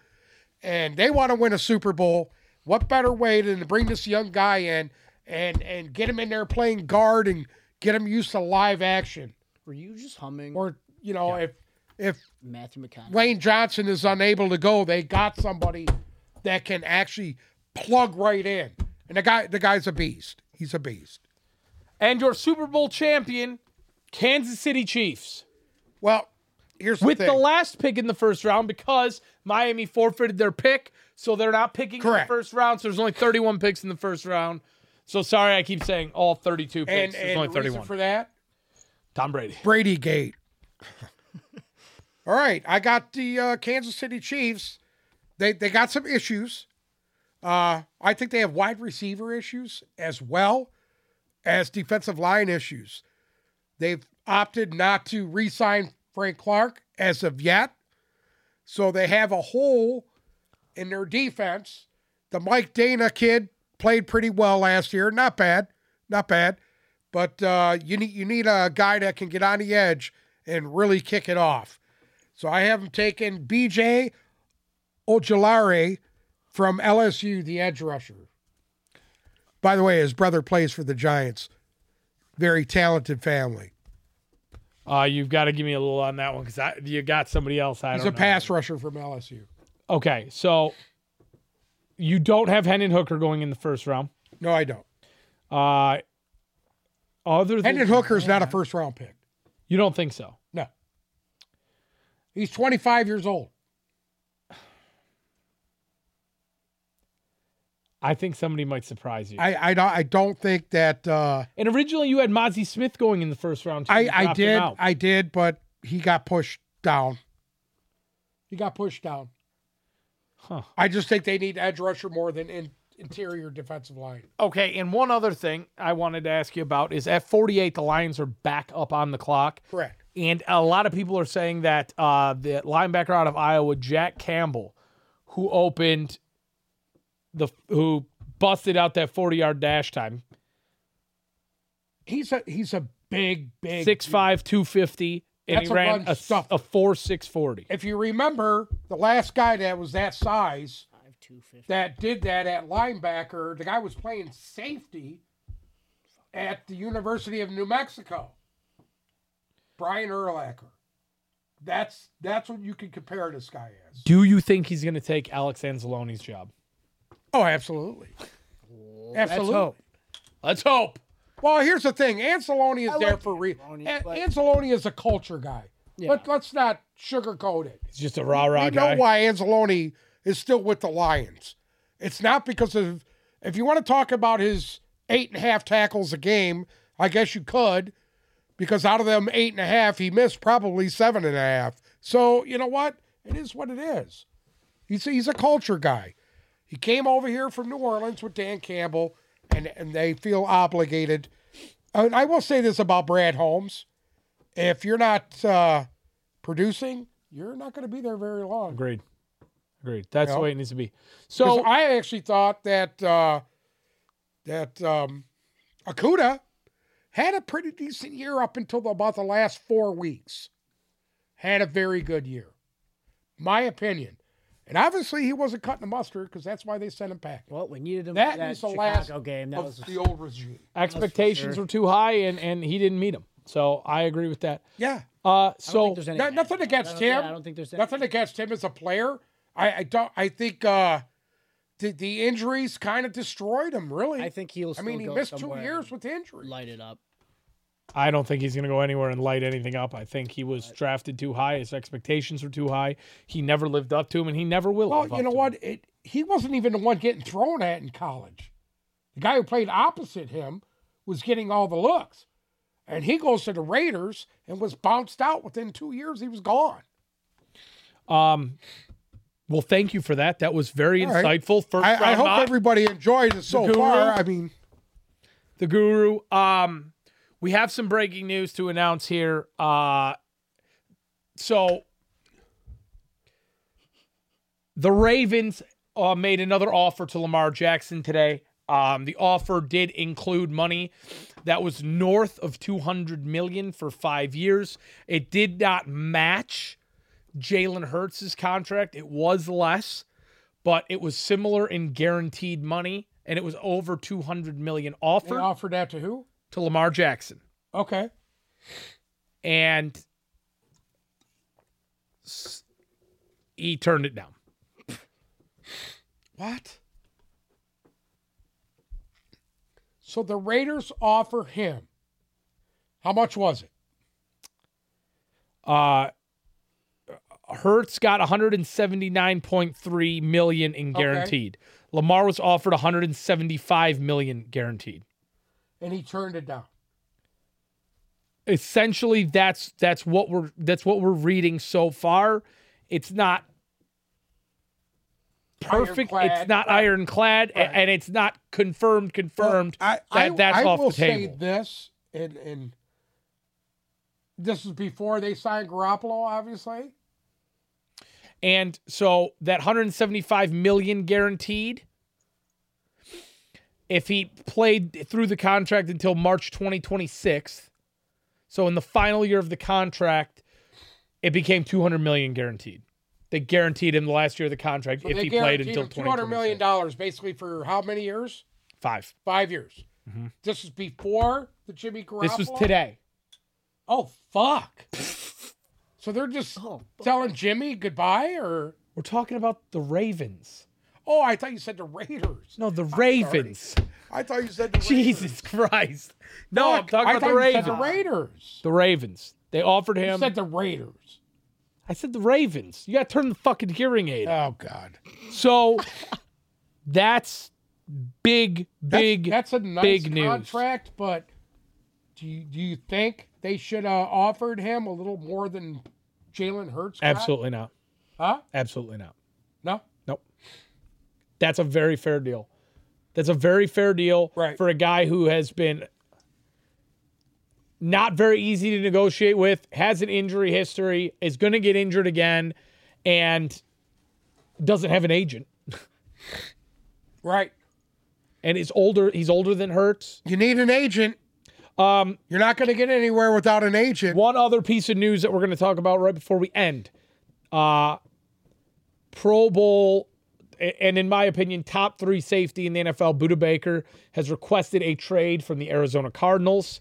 Speaker 2: and they want to win a Super Bowl. What better way than to bring this young guy in and and get him in there playing guard and get him used to live action?
Speaker 3: Were you just humming
Speaker 2: Or you know, if if
Speaker 3: Matthew McConaughey?
Speaker 2: Lane Johnson is unable to go, they got somebody that can actually plug right in. And the guy the guy's a beast. He's a beast.
Speaker 1: And your Super Bowl champion, Kansas City Chiefs,
Speaker 2: Well, here's the
Speaker 1: with
Speaker 2: thing.
Speaker 1: the last pick in the first round because Miami forfeited their pick, so they're not picking in the
Speaker 2: Correct.
Speaker 1: first round. So there's only 31 picks in the first round. So sorry, I keep saying all 32 picks.
Speaker 2: and,
Speaker 1: there's
Speaker 2: and
Speaker 1: only
Speaker 2: the reason
Speaker 1: 31.
Speaker 2: for that
Speaker 1: Tom Brady.
Speaker 2: Brady Gate. (laughs) All right, I got the uh, Kansas City Chiefs. They they got some issues. Uh, I think they have wide receiver issues as well as defensive line issues. They've opted not to re-sign Frank Clark as of yet, so they have a hole in their defense. The Mike Dana kid played pretty well last year. Not bad, not bad. But uh, you need you need a guy that can get on the edge and really kick it off. So I have him taking B.J. Ojolari from LSU, the edge rusher. By the way, his brother plays for the Giants. Very talented family.
Speaker 1: Uh, you've got to give me a little on that one because you got somebody else. I
Speaker 2: He's a
Speaker 1: don't know.
Speaker 2: pass rusher from LSU.
Speaker 1: Okay, so you don't have Hendon Hooker going in the first round.
Speaker 2: No, I don't.
Speaker 1: Uh, other than
Speaker 2: Hendon Hooker's not a first round pick.
Speaker 1: you don't think so.
Speaker 2: No. He's 25 years old.
Speaker 1: I think somebody might surprise you.
Speaker 2: I I don't I don't think that uh,
Speaker 1: and originally you had Mozzie Smith going in the first round. too. You
Speaker 2: I I
Speaker 1: dropped him
Speaker 2: did
Speaker 1: out.
Speaker 2: I did, but he got pushed down. He got pushed down.
Speaker 1: Huh.
Speaker 2: I just think they need edge rusher more than in, interior defensive line.
Speaker 1: Okay, and one other thing I wanted to ask you about is at 48 the Lions are back up on the clock.
Speaker 2: Correct.
Speaker 1: And a lot of people are saying that uh, the linebacker out of Iowa, Jack Campbell, who opened the who busted out that 40 yard dash time,
Speaker 2: He's a he's a big big
Speaker 1: six five two fifty, and
Speaker 2: That's
Speaker 1: he
Speaker 2: a run
Speaker 1: ran a,
Speaker 2: stuffer.
Speaker 1: a four six forty.
Speaker 2: If you remember, the last guy that was that size
Speaker 3: Five two fifty.
Speaker 2: that did that at linebacker, the guy was playing safety at the University of New Mexico. Brian Urlacher. That's that's what you can compare this guy as.
Speaker 1: Do you think he's going to take Alex Anzalone's job?
Speaker 2: Oh, absolutely. Absolutely.
Speaker 1: hope. Let's hope.
Speaker 2: Well, here's the thing. Anceloni is
Speaker 3: I
Speaker 2: there
Speaker 3: like
Speaker 2: for re-
Speaker 3: Anceloni,
Speaker 2: An-
Speaker 3: but-
Speaker 2: Anceloni is a culture guy.
Speaker 3: Yeah.
Speaker 2: Let, let's not sugarcoat it.
Speaker 1: He's just a rah rah
Speaker 2: You know
Speaker 1: guy.
Speaker 2: why Anzalone is still with the Lions. It's not because of if you want to talk about his eight and a half tackles a game, I guess you could, because out of them eight and a half, he missed probably seven and a half. So you know what? It is what it is. He's he's a culture guy. He came over here from New Orleans with Dan Campbell, and and they feel obligated. And I will say this about Brad Holmes: if you're not uh, producing, you're not going to be there very long.
Speaker 1: Agreed. Agreed. That's the
Speaker 2: Yeah.
Speaker 1: way it needs to be.
Speaker 2: 'Cause
Speaker 1: So
Speaker 2: I actually thought that uh, that um, Akuda had a pretty decent year up until about the last four weeks. Had a very good year, my opinion. And obviously, he wasn't cutting the mustard because that's why they sent him back.
Speaker 3: Well, we needed him
Speaker 2: That
Speaker 3: for that
Speaker 2: is the last
Speaker 3: Chicago game. That
Speaker 2: of
Speaker 3: was
Speaker 2: the old regime.
Speaker 1: expectations
Speaker 3: sure.
Speaker 1: were too high, and and he didn't meet them. So I agree with that.
Speaker 2: Yeah,
Speaker 1: Uh,
Speaker 3: I don't
Speaker 1: so
Speaker 3: think there's any
Speaker 2: no-
Speaker 3: bad-
Speaker 2: nothing against
Speaker 3: I don't- yeah,
Speaker 2: him.
Speaker 3: I don't think there's any.
Speaker 2: nothing against him as a player. I, I don't. I think uh, the the injuries kind of destroyed him. Really,
Speaker 3: I
Speaker 2: I,
Speaker 3: think he'll. Still
Speaker 2: mean, he
Speaker 3: go
Speaker 2: missed two
Speaker 3: somewhere
Speaker 2: years
Speaker 3: and
Speaker 2: with injury.
Speaker 3: Light it up.
Speaker 1: I don't think he's going to go anywhere and light anything up. I think he was drafted too high. His expectations were too high. He never lived up to him, and he never will.
Speaker 2: Well,
Speaker 1: live
Speaker 2: you
Speaker 1: up
Speaker 2: know
Speaker 1: to 'em.
Speaker 2: what? It, he wasn't even the one getting thrown at in college. The guy who played opposite him was getting all the looks. And he goes to the Raiders and was bounced out within two years. He was gone.
Speaker 1: Um, well, thank you for that. That was very
Speaker 2: All right.
Speaker 1: insightful. First round
Speaker 2: I, I hope
Speaker 1: mock,
Speaker 2: everybody enjoyed it so
Speaker 1: guru?
Speaker 2: far. I mean,
Speaker 1: the guru. Um, we have some breaking news to announce here. Uh, so The Ravens uh, made another offer to Lamar Jackson today. Um, the offer did include money that was north of 200 million for five years. It did not match Jalen Hurts' contract. It was less, but it was similar in guaranteed money, and it was over 200 million
Speaker 2: They
Speaker 1: offered
Speaker 2: offered that to who?
Speaker 1: to Lamar Jackson.
Speaker 2: Okay.
Speaker 1: and s- he turned it down.
Speaker 2: What? So the Raiders offer him. How much was it?
Speaker 1: Uh Hertz got 179.3 million in
Speaker 2: Okay.
Speaker 1: guaranteed. Lamar was offered 175 million guaranteed.
Speaker 2: And he turned it down.
Speaker 1: Essentially, that's that's what we're that's what we're reading so far. It's not perfect.
Speaker 2: Ironclad,
Speaker 1: It's not
Speaker 2: right.
Speaker 1: ironclad, a-
Speaker 2: Right.
Speaker 1: and it's not confirmed. Confirmed.
Speaker 2: I,
Speaker 1: that- that's
Speaker 2: I
Speaker 1: off the
Speaker 2: will say
Speaker 1: table.
Speaker 2: this, and and this is before they signed Garoppolo, obviously.
Speaker 1: And so that 175 million guaranteed if he played through the contract until March 2026. So in the final year of the contract, it became 200 million guaranteed. They guaranteed him the last year of the contract
Speaker 2: So
Speaker 1: if
Speaker 2: they
Speaker 1: he played
Speaker 2: guaranteed
Speaker 1: until
Speaker 2: him two hundred
Speaker 1: 2026.
Speaker 2: million dollars, basically for how many years?
Speaker 1: Five.
Speaker 2: Five years. This is before the Jimmy Garoppolo.
Speaker 1: Mm-hmm. This was today.
Speaker 2: Oh
Speaker 1: (laughs)
Speaker 2: fuck! so they're just
Speaker 3: Oh, fuck.
Speaker 2: telling Jimmy goodbye, or
Speaker 1: We're talking about the Ravens.
Speaker 2: oh, I thought you said the Raiders.
Speaker 1: No, the Ravens. (laughs)
Speaker 2: I thought you said the
Speaker 1: Jesus Christ. No, I'm
Speaker 2: Fuck,
Speaker 1: talking
Speaker 2: I
Speaker 1: Oh, about
Speaker 2: thought
Speaker 1: the
Speaker 2: you
Speaker 1: Ravens.
Speaker 2: said the Raiders.
Speaker 1: the Ravens. They offered
Speaker 2: You
Speaker 1: him
Speaker 2: said the Raiders.
Speaker 1: I said the Ravens. You got to turn the fucking hearing aid. off.
Speaker 2: Oh God,
Speaker 1: so (laughs) that's big, big.
Speaker 2: That's a nice
Speaker 1: big news.
Speaker 2: contract, but do you, do you think they should have offered him a little more than Jalen Hurts? got?
Speaker 1: absolutely not.
Speaker 2: Huh?
Speaker 1: Absolutely not.
Speaker 2: No.
Speaker 1: Nope. That's a very fair deal. That's a very fair deal
Speaker 2: Right.
Speaker 1: for a guy who has been not very easy to negotiate with, has an injury history, is going to get injured again, and doesn't have an agent.
Speaker 2: Right.
Speaker 1: And is older. He's older than Hurts.
Speaker 2: You need an agent. Um, you're not going to get anywhere without an agent.
Speaker 1: One other piece of news that we're going to talk about right before we end. Uh Pro Bowl a- and in my opinion, top three safety in the NFL, Buda Baker has requested a trade from the Arizona Cardinals.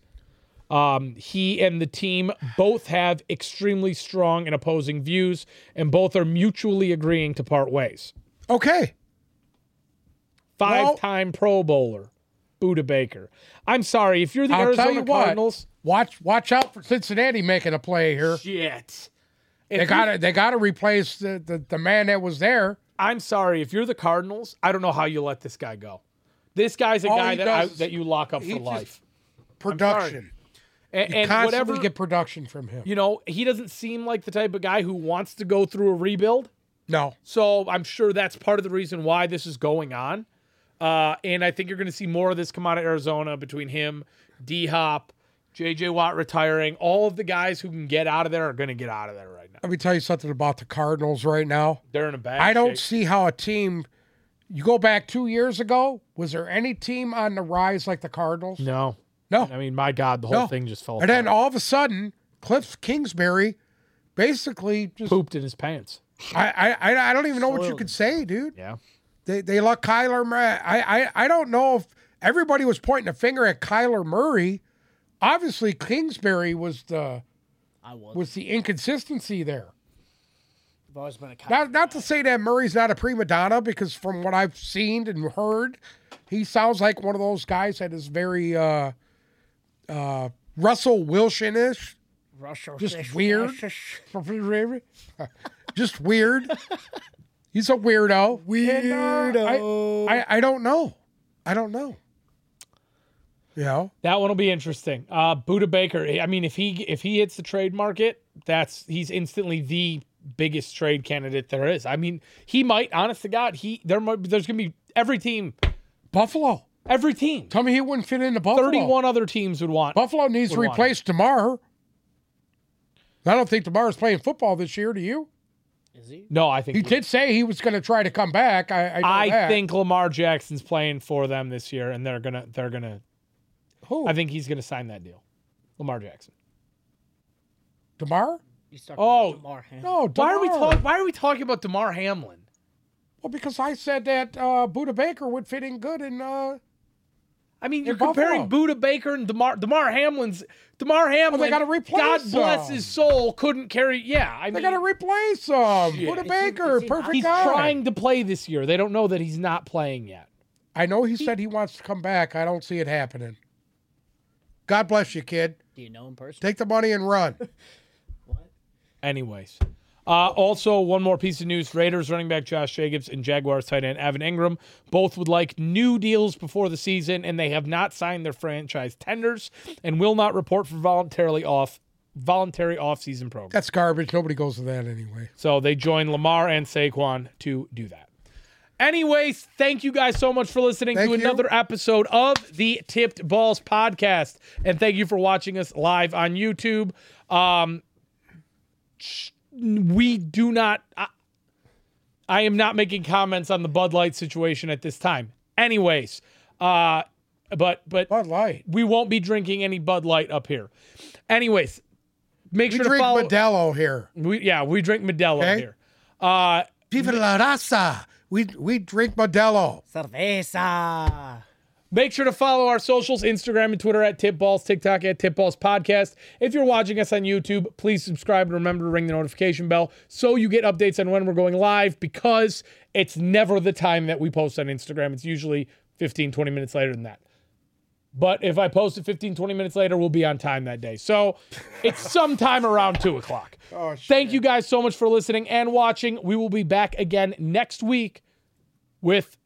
Speaker 1: Um, he and the team both have extremely strong and opposing views, and both are mutually agreeing to part ways.
Speaker 2: Okay.
Speaker 1: Five-time Pro Bowler, Buda Baker. I'm sorry if you're the
Speaker 2: I'll
Speaker 1: Arizona
Speaker 2: tell you what.
Speaker 1: Cardinals.
Speaker 2: Watch watch out for Cincinnati making a play here.
Speaker 1: Shit,
Speaker 2: They got to they got to replace the, the the man that was there.
Speaker 1: I'm sorry if you're the Cardinals. I don't know how you let this guy go. This guy's a
Speaker 2: All
Speaker 1: guy
Speaker 2: he
Speaker 1: that I,
Speaker 2: does is-
Speaker 1: that you lock up
Speaker 2: he
Speaker 1: for
Speaker 2: just-
Speaker 1: life.
Speaker 2: Production.
Speaker 1: And,
Speaker 2: You
Speaker 1: and
Speaker 2: constantly
Speaker 1: whatever
Speaker 2: get production from him.
Speaker 1: you know, he doesn't seem like the type of guy who wants to go through a rebuild.
Speaker 2: no.
Speaker 1: So I'm sure that's part of the reason why this is going on. Uh, and I think you're going to see more of this come out of Arizona between him, D Hop, J.J. Watt retiring. All of the guys who can get out of there are going to get out of there right now.
Speaker 2: Let me tell you something about the Cardinals right now.
Speaker 1: They're in a bad.
Speaker 2: I don't
Speaker 1: shape.
Speaker 2: see how a team. You go back two years ago. Was there any team on the rise like the Cardinals?
Speaker 1: No,
Speaker 2: No.
Speaker 1: I mean, my God, the whole
Speaker 2: No.
Speaker 1: thing just fell.
Speaker 2: And then
Speaker 1: apart.
Speaker 2: all of a sudden, Cliff Kingsbury, basically just
Speaker 1: pooped in his pants.
Speaker 2: I I I- I don't even know what you
Speaker 3: Soiled.
Speaker 2: could say, dude.
Speaker 1: Yeah.
Speaker 2: They they let Kyler Murray. I I I don't know if everybody was pointing a finger at Kyler Murray. Obviously, Kingsbury was the
Speaker 3: I was.
Speaker 2: was the inconsistency there.
Speaker 3: I've always been a cop.
Speaker 2: Not, not to say that Murray's not a prima donna, because from what I've seen and heard, he sounds like one of those guys that is very uh, uh, Russell Wilson ish.
Speaker 3: Russell
Speaker 2: just
Speaker 3: Fish-
Speaker 2: weird.
Speaker 3: Fish-
Speaker 2: (laughs) Just weird. He's a weirdo. And, uh, I-
Speaker 3: Weirdo.
Speaker 2: I, I don't know. I don't know. You know?
Speaker 1: That one will be interesting. Uh, Buda Baker. I mean, if he if he hits the trade market, that's he's instantly the biggest trade candidate there is. I mean, he might. Honest to God, he there might there's gonna be every team,
Speaker 2: Buffalo.
Speaker 1: every team,
Speaker 2: Tell me he wouldn't fit into Buffalo.
Speaker 1: thirty one other teams would want.
Speaker 2: Buffalo needs to
Speaker 1: Would want
Speaker 2: replace DeMar. I don't think DeMar is playing football this year. Do you?
Speaker 3: Is he?
Speaker 1: No, I think
Speaker 2: He did say he was going to try to come back. I I, know
Speaker 1: I
Speaker 2: that.
Speaker 1: think Lamar Jackson's playing for them this year, and they're gonna they're gonna.
Speaker 2: who
Speaker 1: I think he's gonna sign that deal, Lamar Jackson.
Speaker 2: Demar?
Speaker 3: He's talking
Speaker 1: Oh,
Speaker 3: about Lamar Ham.
Speaker 2: No,
Speaker 1: Why are we
Speaker 2: Damar.
Speaker 1: talking? Why are we talking about Demar Hamlin?
Speaker 2: Well, because I said that uh, Buda Baker would fit in good, and uh,
Speaker 1: I mean, you're
Speaker 2: Buffalo.
Speaker 1: comparing Buda Baker and Demar Demar Hamlin's Demar Hamlin.
Speaker 2: Oh, gotta replace
Speaker 1: God bless
Speaker 2: him.
Speaker 1: his soul. Couldn't carry. Yeah, I
Speaker 2: they
Speaker 1: mean,
Speaker 2: got to replace him.
Speaker 1: Shit.
Speaker 2: Buda
Speaker 3: Is he-
Speaker 2: Baker,
Speaker 3: is he
Speaker 2: perfect
Speaker 1: he's
Speaker 2: guy.
Speaker 1: trying to play this year. They don't know that he's not playing yet.
Speaker 2: I know he said he wants to come back. I don't see it happening. God bless you, kid.
Speaker 3: Do you know him personally?
Speaker 2: Take the money and run.
Speaker 3: What?
Speaker 1: Anyways. Uh, also, one more piece of news: Raiders running back Josh Jacobs and Jaguars tight end Evan Ingram both would like new deals before the season, and they have not signed their franchise tenders and will not report for voluntarily off voluntary offseason program.
Speaker 2: That's garbage. Nobody goes to that anyway.
Speaker 1: So they join Lamar and Saquon to do that. Anyways, thank you guys so much for listening
Speaker 2: Thank
Speaker 1: to
Speaker 2: you.
Speaker 1: another episode of the Tipped Balls podcast, and thank you for watching us live on YouTube. Um, sh- we do not. I, I am not making comments on the Bud Light situation at this time. Anyways, uh, but but
Speaker 2: Bud Light.
Speaker 1: we won't be drinking any Bud Light up here. Anyways, make
Speaker 2: We
Speaker 1: sure
Speaker 2: drink
Speaker 1: to follow.
Speaker 2: Modelo here.
Speaker 1: We yeah, we drink Modelo
Speaker 2: Okay.
Speaker 1: here. Uh,
Speaker 2: Viva la raza. We we drink Modelo.
Speaker 3: Cerveza.
Speaker 1: make sure to follow our socials: Instagram and Twitter at Tipballs, TikTok at Tipballs Podcast. If you're watching us on YouTube, please subscribe and remember to ring the notification bell so you get updates on when we're going live. Because it's never the time that we post on Instagram; it's usually 15, 20 minutes later than that. But if I post it 15, 20 minutes later, we'll be on time that day. So it's sometime around 2 o'clock. Thank you guys so much for listening and watching. We will be back again next week with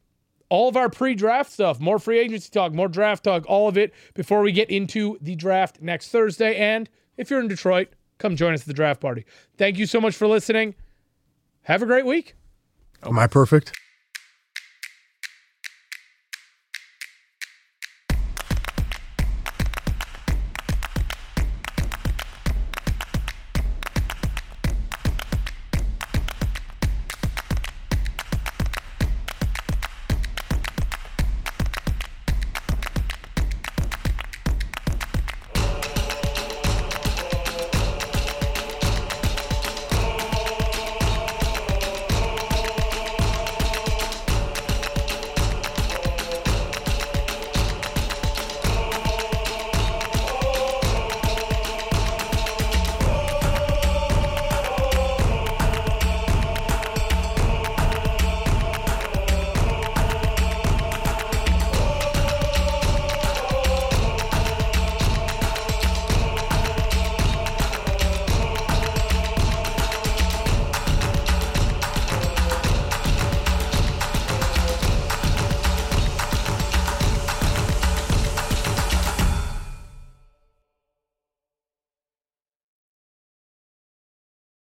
Speaker 1: all of our pre-draft stuff, more free agency talk, more draft talk, all of it before we get into the draft next Thursday. And if you're in Detroit, come join us at the draft party. Thank you so much for listening. Have a great week.
Speaker 2: Am I perfect?